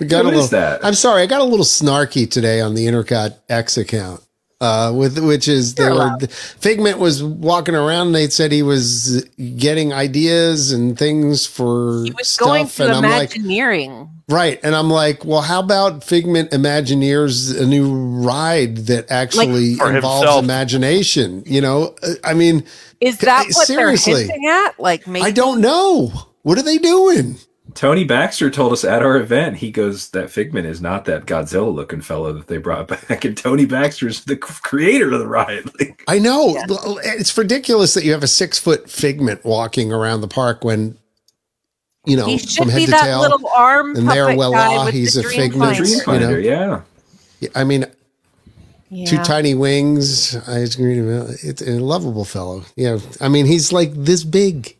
A: We got
E: Who
A: a
E: is
A: little.
E: that?
A: I'm sorry, I got a little snarky today on the Intercot X account. Uh, with which is they
D: You're
A: were, Figment was walking around. And they said he was getting ideas and things for
D: He was
A: stuff,
D: going to
A: and I'm like,
D: Imagineering.
A: right, and I'm like, well, how about Figment Imagineers, a new ride that actually
B: for
A: involves
B: himself.
A: imagination? You know, Uh, I mean,
D: Is that what
A: Seriously.
D: they're hinting at? Like, maybe
A: I don't know. What are they doing?
E: Tony Baxter told us at our event, he goes, That Figment is not that Godzilla looking fellow that they brought back. And Tony Baxter's the creator of the ride. Like,
A: I know
D: Yeah.
A: L- it's ridiculous that you have a six foot figment walking around the park when you know
D: he
A: from
D: should
A: head
D: be
A: to
D: that
A: tail.
D: little arm
A: and
D: and
A: there,
D: puppet
A: well,
D: guy
A: ah,
D: with
A: he's
D: the
A: a
D: dream
A: figment.
D: finder.
E: Dream
A: You know?
E: Finder, yeah.
A: I mean, two
D: Yeah.
A: tiny wings. I just agree. with- It's a lovable fellow. Yeah, I mean, he's like this big.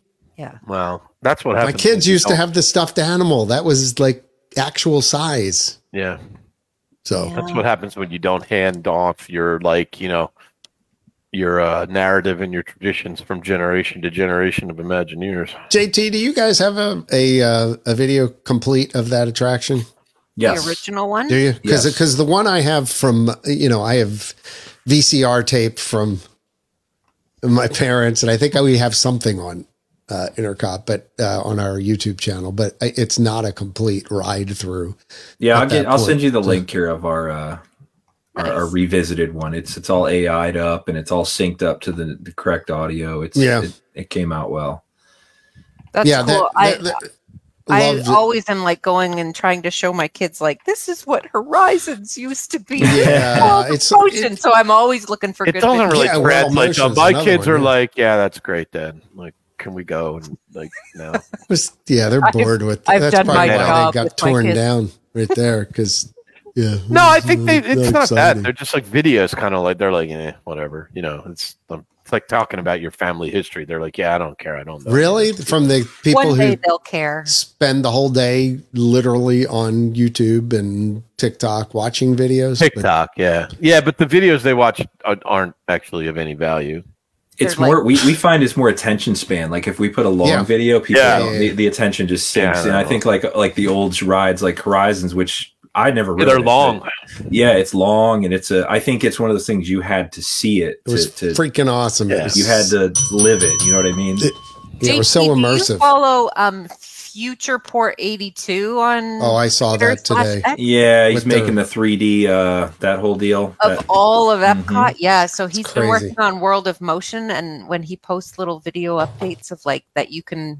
B: Wow, that's what
A: My
B: happened.
A: kids used to have the stuffed animal that was like actual size.
B: Yeah,
A: So
D: Yeah.
B: that's what happens when you don't hand off your like you know your uh, narrative and your traditions from generation to generation of Imagineers.
A: JT, do you guys have a a, uh, a video complete of that attraction?
D: The
E: Yes.
D: original one.
A: Do you? Because
E: Yes.
A: the one I have from you know I have VCR tape from my parents, and I think we have something on uh, Intercop, but uh, on our YouTube channel, but I- it's not a complete ride through.
E: Yeah,
A: At
E: I'll,
A: that
E: get, I'll send
A: point,
E: you the
A: so-
E: link here of our, uh, our, our
D: Nice.
E: revisited one. It's it's all AI'd up and it's all synced up to the, the correct audio. It's
A: Yeah.
E: it, it came out well.
D: That's
A: yeah,
D: cool.
A: that,
D: I,
A: that- that-
D: I
A: Loved it.
D: always am like going and trying to show my kids like this is what Horizons used to be.
A: Yeah,
D: World of
A: it's-
D: motion.
A: it-
D: so I'm always looking for
B: It
D: good.
B: doesn't really
A: Yeah,
B: grab
A: well,
B: like uh,
A: emotion's
B: my
A: another
B: kids
A: one,
B: are
A: yeah.
B: like, yeah, that's great, Dad. Like, can we go? And like, no,
A: Was- yeah, they're
D: I've-
A: bored with.
D: I've
A: that's
D: done
A: probably
B: my
A: why
D: job
A: they got
D: with my
A: torn
D: kids.
A: down right there. Because yeah,
B: no. I think they,
A: Uh,
B: it's not that.
A: exciting.
B: They're just like videos, kind of like they're like, eh, whatever. You know, it's um, it's like talking about your family history. They're like, yeah, I don't care. I don't know.
A: Really, from the people
D: One
A: who
D: day they'll care.
A: spend the whole day literally on YouTube and TikTok watching videos. but-
B: TikTok, yeah, yeah, but the videos they watch are- aren't actually of any value.
E: it's
D: They're
E: more we, we find it's more attention span like if we put a long
A: Yeah.
E: video people
B: Yeah.
E: don't- The, the attention just sinks
B: Yeah.
E: and i think like like the old rides like horizons which i never
B: Yeah,
E: really
B: they're long.
E: yeah it's long and it's a i think it's one of those things you had to see it,
A: it was
E: to, to
A: freaking awesome. It
B: Yeah.
A: was-
E: you had to live it you know what i mean
A: It- yeah, it was so
D: JP, do
A: immersive.
D: You follow um, Futureport 82 on.
A: Oh, I saw
D: Twitter
A: that
D: slash
A: today.
D: X?
E: yeah he's
A: With the-
E: making the, 3d uh that whole deal
D: Of
E: That-
D: all of
E: Mhm.
D: Epcot, yeah. So he's been
A: crazy.
D: working on World of Motion, and when he posts little video updates of like that, you can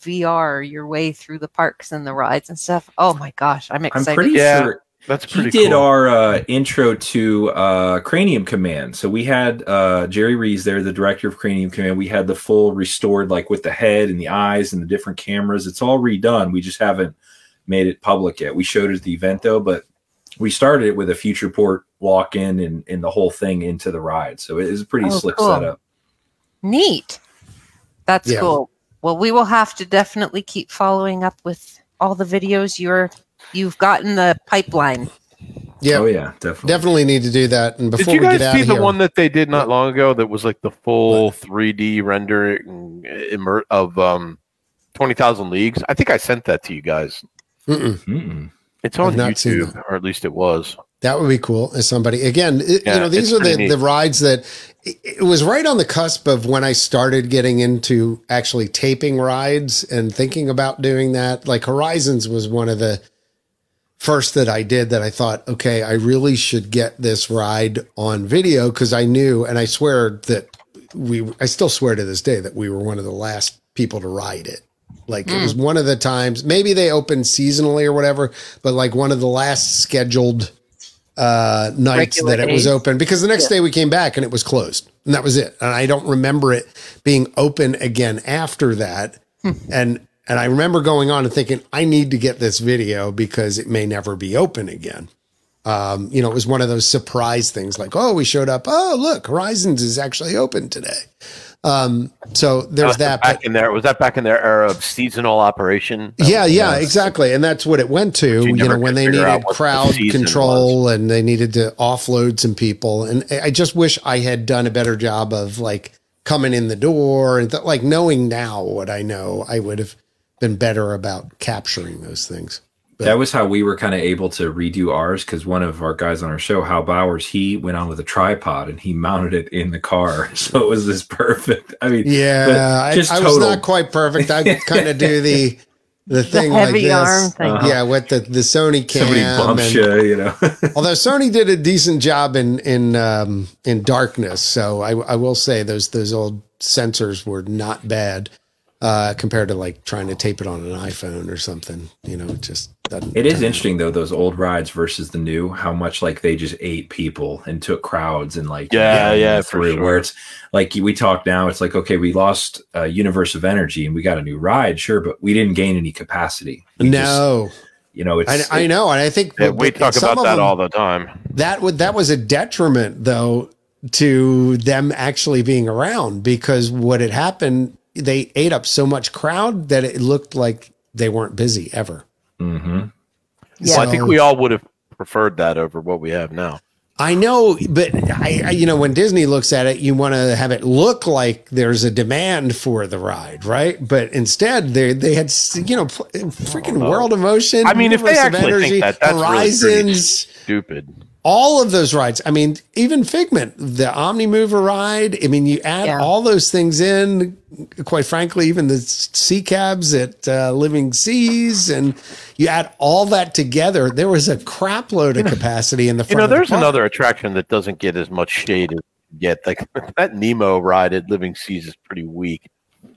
D: VR your way through the parks and the rides and stuff. Oh my gosh, I'm
E: i'm
D: excited.
E: pretty
B: Yeah.
E: sure
B: That's
E: he
B: pretty.
E: did
B: cool.
E: our uh, intro to uh, Cranium Command. So we had uh, Jerry Rees there, the director of Cranium Command. We had the full restored, like with the head and the eyes and the different cameras. It's all redone. We just haven't made it public yet. We showed it at the event though, but we started it with a future port walk in and, and the whole thing into the ride. So it is a pretty
D: Oh,
E: slick
D: cool.
E: setup.
D: Neat. That's
A: Yeah.
D: cool. Well, we will have to definitely keep following up with all the videos you're you've got in the pipeline.
A: Yeah.
E: Oh yeah, definitely.
A: Definitely need to do that. And
B: Did
A: before
B: you
A: we
B: guys
A: get out
B: see
A: of
B: the
A: here,
B: one that they did not long ago that was like the full 3D rendering immer- of um, 20,000 Leagues? I think I sent that to you guys.
A: Mm-mm.
E: Mm-mm.
B: It's on
A: not seen
B: YouTube, or at least it was.
A: that would be cool. As somebody again, it-
B: Yeah,
A: you know, these
B: it's
A: are the,
B: pretty neat.
A: the rides that it, it was right on the cusp of when I started getting into actually taping rides and thinking about doing that. Like Horizons was one of the first that I did that I thought, okay, I really should get this ride on video because I knew, and I swear that we, I still swear to this day that we were one of the last people to ride it. Like it was one of the times, maybe they opened seasonally or whatever, but like one of the last scheduled uh nights
D: Regular
A: that it was
D: days.
A: open because the next day we came back and it was closed and that was it and i don't remember it being open again after that
D: Hmm.
A: and and I remember going on and thinking, I need to get this video because it may never be open again. Um, you know, it was one of those surprise things like, oh, we showed up. Oh, look, Horizons is actually open today. Um, so there's that.
B: Uh, back
A: But
B: in there. Was that back in their era of seasonal operation? That
A: yeah,
B: was- uh,
A: yeah, exactly. And that's what it went to,
B: you
A: you,
B: never
A: know, when
B: could
A: they
B: figure out
A: needed
B: what the
A: crowd
B: season
A: control and they needed to offload some people. And I I just wish I had done a better job of like coming in the door and th- like knowing now what I know, I would have been better about capturing those things.
E: That was how we were kind of able to redo ours because one of our guys on our show, Hal Bowers, he went on with a tripod and he mounted it in the car, so it was this perfect. I mean, but
A: Yeah, I,
E: just
A: I was
E: total.
A: not quite perfect. I kind of do the the thing like
D: heavy
A: this.
D: arm thing.
E: Uh-huh.
A: Yeah, with the the Sony cam.
E: somebody bumps
A: and-
E: you, you know.
A: Although Sony did a decent job in in um, in darkness, so I, I will say those those old sensors were not bad uh, compared to like trying to tape it on an iPhone or something. You know, it just doesn't.
E: it is
A: turn out.
E: interesting though those old rides versus the new, how much like they just ate people and took crowds and like
B: Yeah,
E: yelled
B: yeah, for
E: through.
B: sure.
E: Where it's like we talk now, it's like okay, we lost uh, Universe of Energy and we got a new ride, sure, but we didn't gain any capacity. We just-
A: No,
E: you know, it's
A: I, I know, and I think
B: Yeah, we talk
A: some
B: about
A: of
B: that
A: them-
B: all the time.
A: that would that was a detriment though to them actually being around because what had happened they ate up so much crowd that it looked like they weren't busy ever
E: Mhm.
B: Well, I
A: So-
B: think we all would have preferred that over what we have now.
A: I know, but I, I, you know, when Disney looks at it, you want to have it look like there's a demand for the ride, right? But instead, they they had, s- you know, pl- freaking World of Motion.
B: Oh, I mean, if they
A: Universe of
B: actually think that, that's really
A: Horizons,
B: Stupid.
A: all of those rides. I mean, even Figment, the Omni Mover ride. I mean, you add
D: Yeah.
A: all those things in. Quite frankly, even the sea cabs at uh, Living Seas, and you add all that together, there was a crap load of capacity in the front.
B: You know,
A: of the
B: there's
A: park.
B: another attraction that doesn't get as much shade as yet. Like that Nemo ride at Living Seas is pretty weak.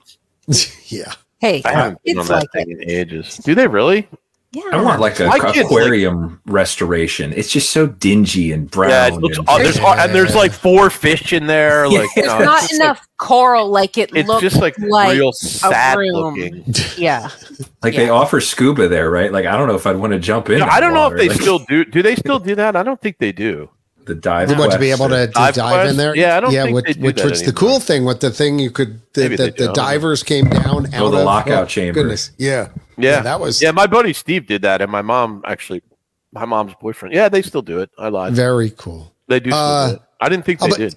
A: yeah.
D: Hey,
B: I haven't been on
D: It's
B: that
D: like
B: thing in ages. Do they really?
E: I
D: yeah.
E: want like a,
B: My
E: a
B: kids,
E: aquarium restoration. It's just so dingy and brown.
B: yeah, it looks,
E: and-
B: oh, there's, and there's like four fish in there. Like,
E: Yeah.
B: you know,
D: It's not
E: just
D: enough coral like it
B: it's
D: looks.
B: just like,
D: like
B: real sad
D: room.
B: looking.
D: yeah.
E: like they
D: yeah.
E: offer scuba there, right? Like I don't know if I'd want to jump in.
B: Yeah, I
E: that
B: don't know if
E: water,
B: they
E: like,
B: still do. Do they still do that? I don't think they do.
E: the dive.
A: You want to be
E: quest
A: able to, to dive,
B: Dive
A: in
B: quest?
A: there?
B: Yeah, I don't think
A: which,
B: they do
A: which
B: that
A: was the
B: anymore.
A: cool thing with the thing you could
B: Maybe
A: that,
B: they
A: that the
B: don't.
A: divers came down out
E: Oh, the
A: of
E: lockout chamber.
A: Goodness, yeah,
B: Yeah.
A: that was
B: Yeah, my buddy Steve did that, and my mom actually, my mom's boyfriend. Yeah, they still do it. I lied.
A: very cool.
B: They do. Still
A: Uh,
B: do it. I didn't think
A: oh,
B: they
A: but-
B: did.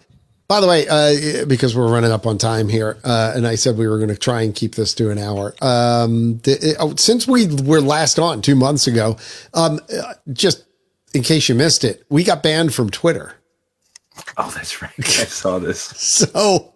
A: By the way, uh, because we're running up on time here, uh, and I said we were going to try and keep this to an hour. Um, the, oh, since we were last on two months ago, um, uh, just in case you missed it, we got banned from Twitter.
E: Oh, that's right. I saw this.
A: So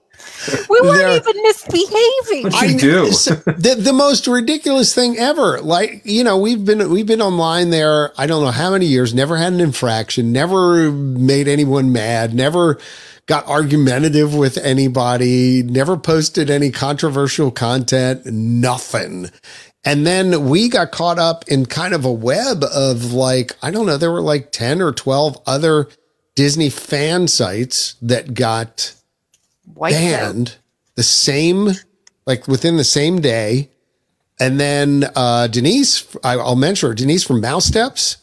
D: We
A: They're-
D: weren't even misbehaving.
E: What you do?
A: so- the, the most ridiculous thing ever. Like, you know, we've been, we've been online there. I don't know how many years, never had an infraction, never made anyone mad, never got argumentative with anybody, never posted any controversial content, nothing. And then we got caught up in kind of a web of like, I don't know, there were like 10 or 12 other Disney fan sites that got
D: White out.
A: banned the same, like within the same day. And then uh, Denise, I, I'll mention her, Denise from Mouse Steps,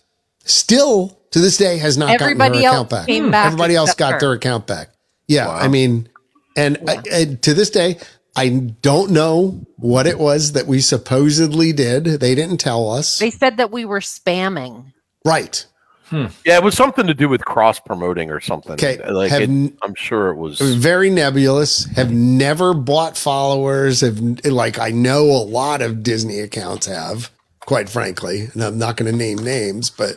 A: still to this day has not
D: Everybody
A: gotten her
D: else
A: account back.
D: came back.
A: Everybody else
D: except
A: got
D: her.
A: their account back. Yeah, I mean, and I, and to this day, I don't know what it was that we supposedly did. They didn't tell us.
D: They said that we were spamming.
A: right.
B: Yeah, it was something to do with cross promoting or something. Uh,
A: Okay,
B: like
A: have
B: it,
A: n-
B: I'm sure it was.
A: very nebulous have never bought followers have like i know a lot of disney accounts have quite frankly and i'm not going to name names but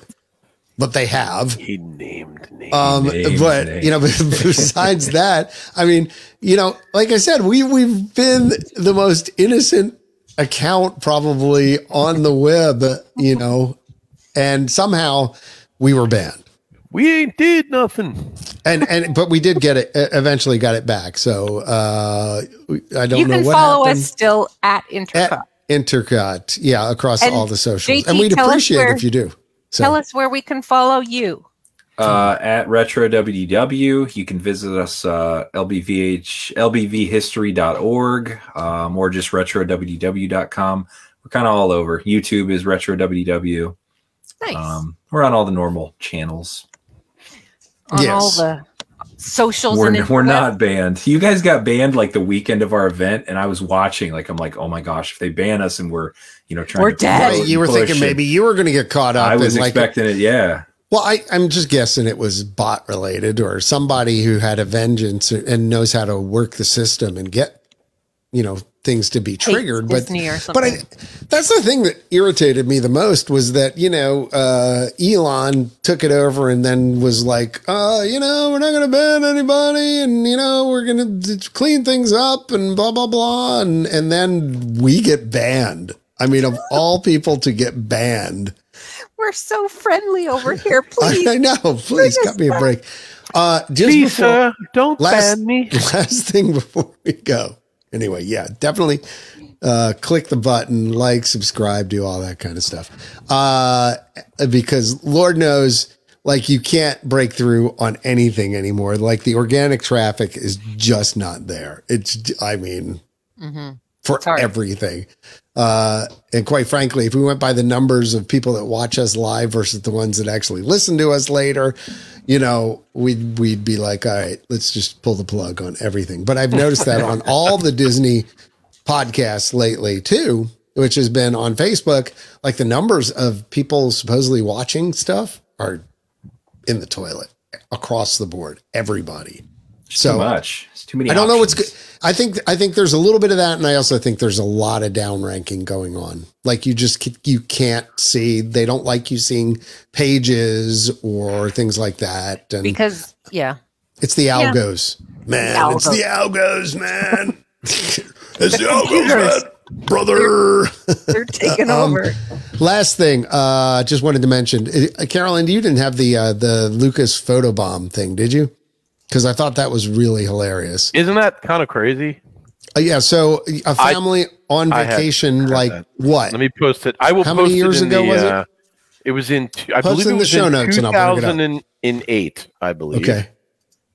A: but they have
B: He named names.
A: um
E: Names,
A: but
E: names.
A: you know besides that i mean you know like i said we we've been the most innocent account probably on the web you know and somehow we were banned
B: we ain't did nothing.
A: and and but we did get it e- eventually got it back so uh we- i don't
D: You
A: know
D: can
A: what
D: follow
A: happened
D: us still at Intercut.
A: at intercut yeah across
D: And
A: all the socials
D: JT,
A: and we'd
D: tell us
A: appreciate
D: where-
A: if you do so
D: Tell us where we can follow you.
E: Uh, at Retro WDW, you can visit us uh, lbvh lbvhistory.org um, or just retrowdw.com. We're kind of all over. YouTube is Retro WDW.
D: Nice.
E: Um, we're on all the normal channels.
D: on all
A: yes.
D: the socials
E: We're,
D: and
E: we're
D: interwebs.
E: not banned. You guys got banned like the weekend of our event, and I was watching. Like I'm like, oh my gosh, if they ban us and we're you know trying
D: We're
E: to
D: dead.
E: promote
A: Right, you were
E: and push
A: thinking
E: and-
A: maybe you were going to get caught up
E: I was
A: in like
E: expecting it. Yeah,
A: well I, i'm just guessing it was bot related or somebody who had a vengeance and knows how to work the system and get you know things to be
D: Hates
A: triggered but
D: Disney or
A: but I,
D: something.
A: that's the thing that irritated me the most was that you know uh, Elon took it over and then was like, uh, you know, we're not going to ban anybody, and you know, we're going to d- clean things up and blah blah blah, and and then we get banned. I mean, of all people to get banned,
D: we're so friendly over here.
A: I,
D: Please,
A: I know. Please cut me a break. Uh, just
B: Please,
A: before-
B: sir, don't
A: last-
B: ban me.
A: last thing before we go. Anyway, yeah, definitely uh, click the button, like, subscribe, do all that kind of stuff. Uh, because Lord knows, like, you can't break through on anything anymore. Like, the organic traffic is just not there. It's, I mean,
D: Mm-hmm.
A: for
D: hard.
A: everything. Uh, and quite frankly, if we went by the numbers of people that watch us live versus the ones that actually listen to us later, you know, we'd we'd be like, all right, let's just pull the plug on everything. But I've noticed that on all the Disney podcasts lately too, which has been on Facebook, like the numbers of people supposedly watching stuff are in the toilet across the board. Everybody.
E: too
A: So
E: much. It's too many.
A: I don't know what's
E: options.
A: good. I think I think there's a little bit of that, and I also think there's a lot of downranking going on. Like you just ca- you can't see. They don't like you seeing pages or things like that. And
D: because yeah,
A: it's the
D: Yeah.
A: algos, man.
D: The
A: It's the algos, man. it's the algos, man. brother.
D: they're taking
A: Um,
D: over.
A: Last thing, uh, just wanted to mention, uh, Carolyn, you didn't have the uh, the Lucas photobomb thing, did you? Because I thought that was really hilarious.
B: Isn't that kind of crazy?
A: Uh, yeah, so a
B: I-
A: family on
B: I had-
A: vacation,
B: had
A: like
B: that.
A: what?
B: Let me post it. I will
A: How
B: post
A: many years
B: it in
A: ago
B: the,
A: was it?
B: uh, it was in t- I
A: Post
B: believe
A: it
B: it
A: in the
B: was
A: show
B: in
A: notes and I'll bring it up.
B: 2008, I believe.
A: Okay.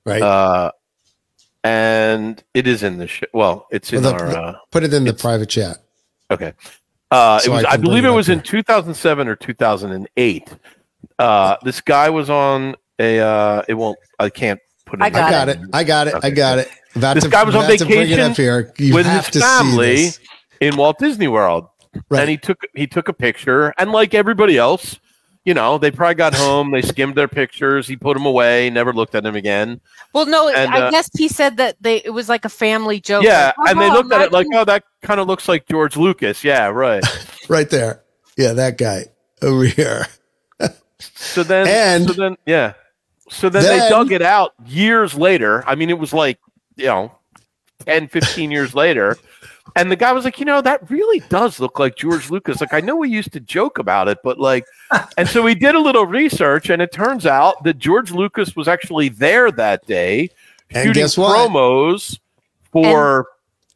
A: Right.
B: Uh, and it is in the show. Well, it's in
A: Well, the-
B: our uh,
A: Put it in the private chat.
B: Okay. Uh,
A: So
B: it was,
A: I
B: I,
A: can bring
B: believe
A: it
B: it
A: up
B: was in
A: here.
B: 2007 or 2008. Uh, this guy was on a. Uh, it won't. I can't put it.
D: I
B: in
A: I
B: the-
A: got it. I got it. I
B: Okay.
A: got it. About
B: This
A: to,
B: guy was on
A: about to bring it
B: vacation
A: up here. You
B: with
A: have
B: his
A: to
B: family.
A: see this.
B: in Walt Disney World,
A: Right.
B: and he took he took a picture, and like everybody else, you know, they probably got home, they skimmed their pictures, he put them away, never looked at them again.
D: Well, no,
B: And,
D: I
B: uh,
D: guess he said that they it was like a family joke.
B: Yeah,
D: like, "Oh,
B: and they
D: no,
B: looked at it like,
D: imagine
B: oh, that kind of looks like George Lucas. Yeah, right.
A: right there. Yeah, that guy over here.
B: So then,
A: And-
B: so then, yeah. So then,
A: Then-
B: they dug it out years later. I mean, it was like, you know, 10, 15 years later. And the guy was like, you know, that really does look like George Lucas. Like, I know we used to joke about it, but like, and so we did a little research, and it turns out that George Lucas was actually there that day
A: And
B: shooting
A: guess what?
B: promos for,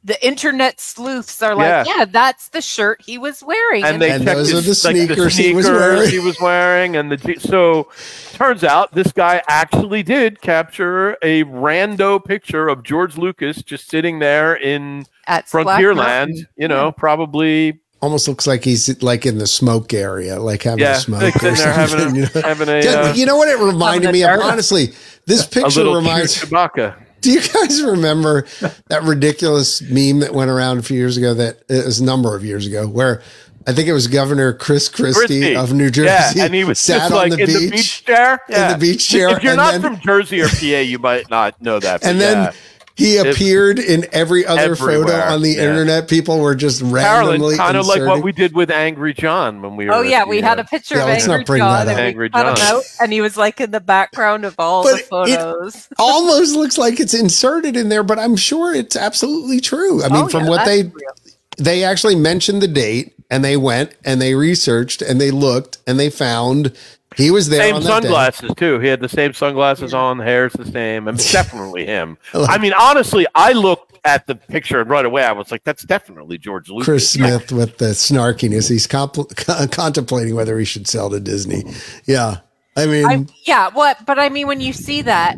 D: the internet sleuths are like, yeah.
B: Yeah.
D: that's the shirt he was wearing.
B: and, they
A: And
B: checked
A: those
B: his,
A: are the
B: like,
A: sneakers he was wearing.
B: he was wearing, and the je- so turns out this guy actually did capture a rando picture of George Lucas just sitting there in
D: at Splash
B: Frontierland.
D: Mountain.
B: You know, probably
A: Almost looks like he's like in the smoke area, like having
B: yeah,
A: a smoke.
B: like sitting
A: or
B: there having
A: something,
B: a,
A: you know?
B: having a,
A: Yeah,
B: uh,
A: you know what it reminded
D: having a
A: me of?
D: dirt-
A: Honestly, this
B: a
A: picture
B: little
A: reminds.
B: cute Chewbacca.
A: Do you guys remember that ridiculous meme that went around a few years ago? That it was a number of years ago, where I think it was Governor Chris Christie,
B: Christie.
A: of New Jersey
B: Yeah, and he was
A: sat
B: just
A: on
B: like
A: the
B: in
A: beach,
B: the beach chair. Yeah.
A: in the beach chair,
B: If you're
A: and
B: not
A: then,
B: from Jersey or PA, you might not know that. but
A: and then
B: yeah.
A: he appeared in every other photo
B: Everywhere,
A: on the
B: yeah.
A: internet. People were just randomly
B: Carolyn, kind of like what
A: inserting-
B: we did with Angry John when we were.
D: Oh
B: at
D: yeah,
B: the,
D: we had
B: uh,
D: a picture
A: Yeah,
D: of
A: let's not
D: Angry
A: bring
D: John,
A: that
D: and
A: up.
B: Angry
D: we cut him
B: John.
D: out, and he was like in the background of all
A: But
D: the
A: it-
D: photos.
A: almost looks like it's inserted in there, but I'm sure it's absolutely true. I mean,
D: Oh,
A: from
D: yeah,
A: what
D: that's
A: they
D: real.
A: they actually mentioned the date and they went and they researched and they looked and they found he was there
B: same
A: on that
B: sunglasses too. He had the same sunglasses on. Hair's the same. and definitely him.
A: Like-
B: I mean, honestly, I looked at the picture and right away I was like, "That's definitely George
A: day.
B: Lucas."
A: Chris Smith with the snarkiness. He's compl- con- contemplating whether he should sell to Disney. Yeah. I mean,
D: I, yeah, what? But I mean, when you see that,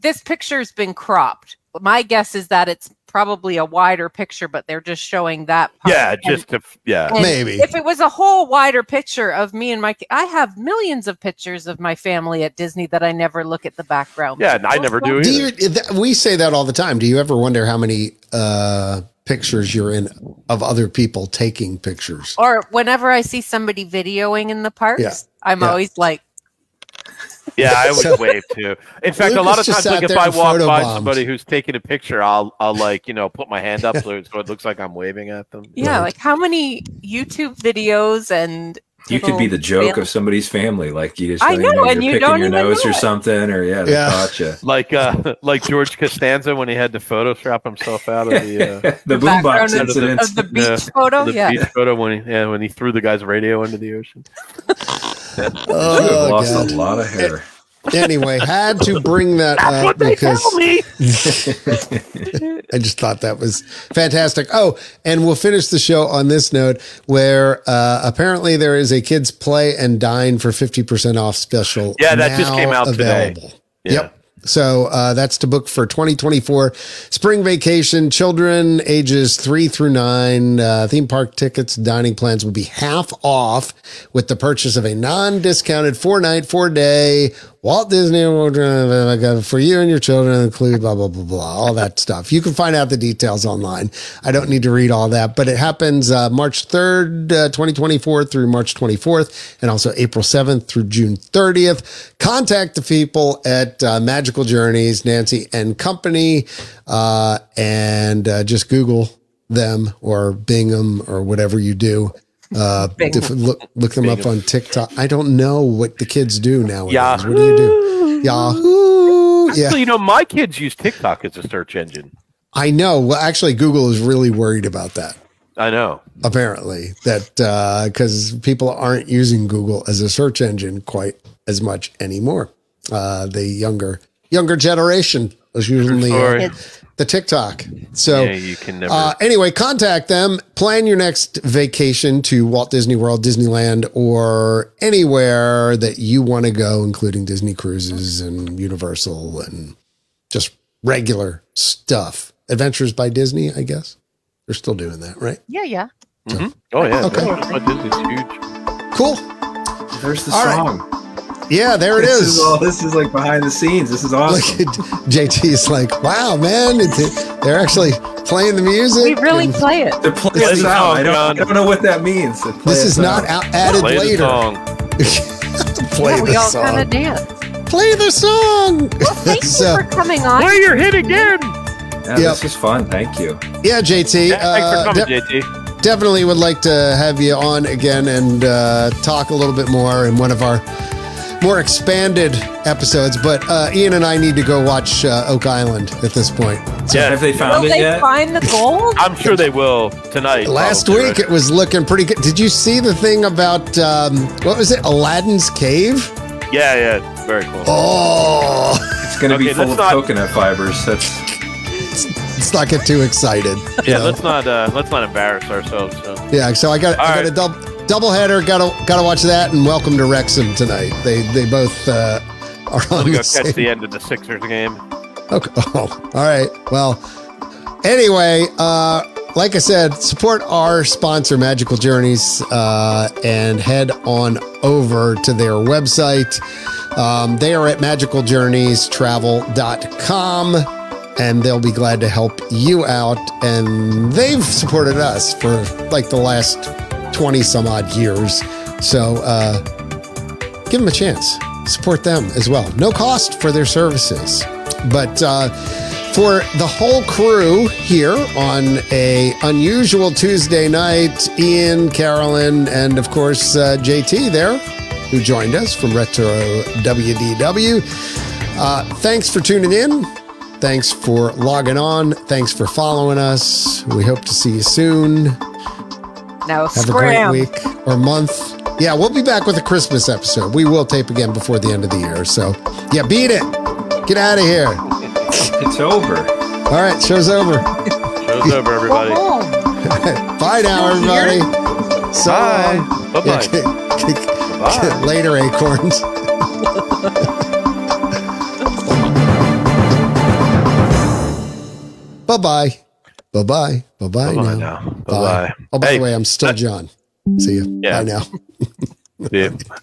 D: this picture's been cropped. My guess is that it's probably a wider picture, but they're just showing that. Part.
B: yeah,
D: And-
B: just to, yeah.
D: and
A: maybe.
D: If it was a whole wider picture of me and my, ki- I have millions of pictures of my family at Disney that I never look at the background.
B: Yeah, and I never
E: Oh,
B: do
A: Do
B: either.
A: you, th- we say that all the time. Do you ever wonder how many uh, pictures you're in of other people taking pictures?
D: Or whenever I see somebody videoing in the parks,
A: Yeah.
D: I'm
A: Yeah.
D: always like,
B: Yeah, I
A: So-
B: would wave too. In fact, a
A: Lucas
B: lot of
A: just
B: times, like
A: sat
B: if
A: there
B: I
A: and
B: walk by
A: photobombed.
B: somebody who's taking a picture, I'll I'll like you know put my hand up so it so it looks like I'm waving at them.
D: yeah,
A: Right.
D: like how many YouTube videos and
E: You could be the joke
D: Yeah.
E: of somebody's family, like you just
D: I
E: don't
D: know,
E: even
D: and
E: you're
D: you
E: picking
D: don't
E: your
D: even
E: nose
D: know
E: or
D: it.
E: something, or yeah, they
A: Yeah.
E: caught you.
B: Like uh, like George Costanza when he had to Photoshop himself out of the. Uh,
E: the
D: background
E: boombox
D: of-
E: incident.
D: of the beach
B: Yeah.
D: photo.
B: the
D: Oh, Yeah,
B: beach photo when he, yeah, when he threw the guy's radio into the ocean.
E: You have
A: Oh,
E: lost
A: God.
E: a lot of hair.
A: Anyway, had to bring that up because
B: me.
A: I just thought that was fantastic. Oh, and we'll finish the show on this note where uh, apparently there is a kids play and dine for 50% off special.
B: Yeah, that just
A: now
B: came out today. Yeah.
A: Yep. So uh, that's to book for 2024 spring vacation. Children ages three through nine, uh, theme park tickets, dining plans will be half off with the purchase of a non discounted four night, four day Walt Disney World uh, for you and your children, include blah, blah, blah, blah, all that stuff. You can find out the details online. I don't need to read all that, but it happens uh, March 3rd, uh, 2024 through March 24th, and also April 7th through June 30th. Contact the people at uh, Magical Journeys, Nancy and Company, uh, and uh, just Google them or Bing 'em or whatever you do. Uh,
D: Bing.
A: dif- look, look them up on TikTok. I don't know what the kids do nowadays. What do you do?
B: Yahoo.
A: Yahoo. Yeah,
B: So you know, my kids use TikTok as a search engine.
A: I know. Well, actually, Google is really worried about that.
B: I know.
A: Apparently, that because people aren't using Google as a search engine quite as much anymore. Uh, the younger younger generation. was using the, uh,
B: Sorry.
A: the TikTok. So
B: yeah, you can never.
A: uh, anyway, contact them. Plan your next vacation to Walt Disney World, Disneyland, or anywhere that you want to go, including Disney cruises and Universal and just regular stuff. Adventures by Disney, I guess. They're still doing that, right?
D: Yeah, yeah.
B: Mhm. Oh yeah,
A: Okay.
B: that's- oh, Disney's huge.
A: Cool.
E: There's the
A: All right.
E: song.
A: Yeah, there it
E: this
A: is.
E: all. This is like behind the scenes. This is
A: Look
E: awesome.
A: at JT's like, wow, man, it's, they're actually playing the music.
D: We really
A: and
D: play it.
E: They're playing
B: Play
E: this
B: the
E: out.
B: song,
E: I don't, I
B: John.
E: don't know what that means. Play
A: this
E: us
A: is
E: out.
A: not out, added
B: Play the
A: later.
B: song.
A: Play
D: yeah,
A: the
D: we all
A: song.
D: kind of dance.
A: Play the song.
D: Well, thank
A: So-
D: you for coming on.
B: Play your hit again.
E: Yeah,
A: Yep.
E: This is fun. Thank you.
A: Yeah, JT.
B: Yeah, thanks
A: uh,
B: for
A: de-
B: coming, JT.
A: definitely would like to have you on again and uh, talk a little bit more in one of our more expanded episodes. But uh, Ian and I need to go watch uh, Oak Island at this point.
B: Yeah,
E: Have they
D: Will
E: found it
D: they
E: yet?
D: find the gold?
B: I'm sure they will tonight.
A: Last
B: probably,
A: week
B: right?
A: it was looking pretty good. Did you see the thing about um, what was it? Aladdin's cave.
B: Yeah, yeah, very cool.
A: Oh,
E: It's going to be
B: Okay,
E: full
B: let's
E: of
B: not-
E: coconut fibers. That's
A: let's not get too excited.
B: yeah,
A: No.
B: let's not uh, let's not embarrass ourselves. So.
A: Yeah, so I got
B: All
A: I got
B: right.
A: a double double header. Got to got to watch that and Welcome to Wrexham tonight. They they both uh, are
B: Let
A: on
B: me
A: the
B: go catch
A: same.
B: the end of the Sixers game.
A: Okay. Oh, all right. Well, anyway, uh, like I said, support our sponsor, Magical Journeys, uh, and head on over to their website. Um, they are at magicaljourneystravel.com and they'll be glad to help you out. And they've supported us for like the last 20 some odd years. So uh, give them a chance. Support them as well. No cost for their services. But uh, for the whole crew here on a unusual Tuesday night, Ian, Carolyn, and of course uh, JT there, who joined us from Retro WDW. Uh, thanks for tuning in. Thanks for logging on. Thanks for following us. We hope to see you soon.
D: Now
A: Have
D: scram.
A: a great week or month. Yeah, we'll be back with a Christmas episode. We will tape again before the end of the year. So, yeah, beat it. Get out of here.
E: it's over.
A: All right, show's over.
B: Show's over, everybody.
D: Go home.
A: Bye now, everybody. So
B: Bye.
A: long.
B: Bye
A: Yeah,
B: bye.
A: get- get-
B: Bye.
A: get later, acorns. bye bye. Bye bye. Bye bye.
B: Bye
A: Bye
B: now. Bye bye.
A: Oh, by
B: Hey,
A: the way, I'm still
B: that-
A: John. See you.
B: Yeah.
A: Bye now.
B: Yeah.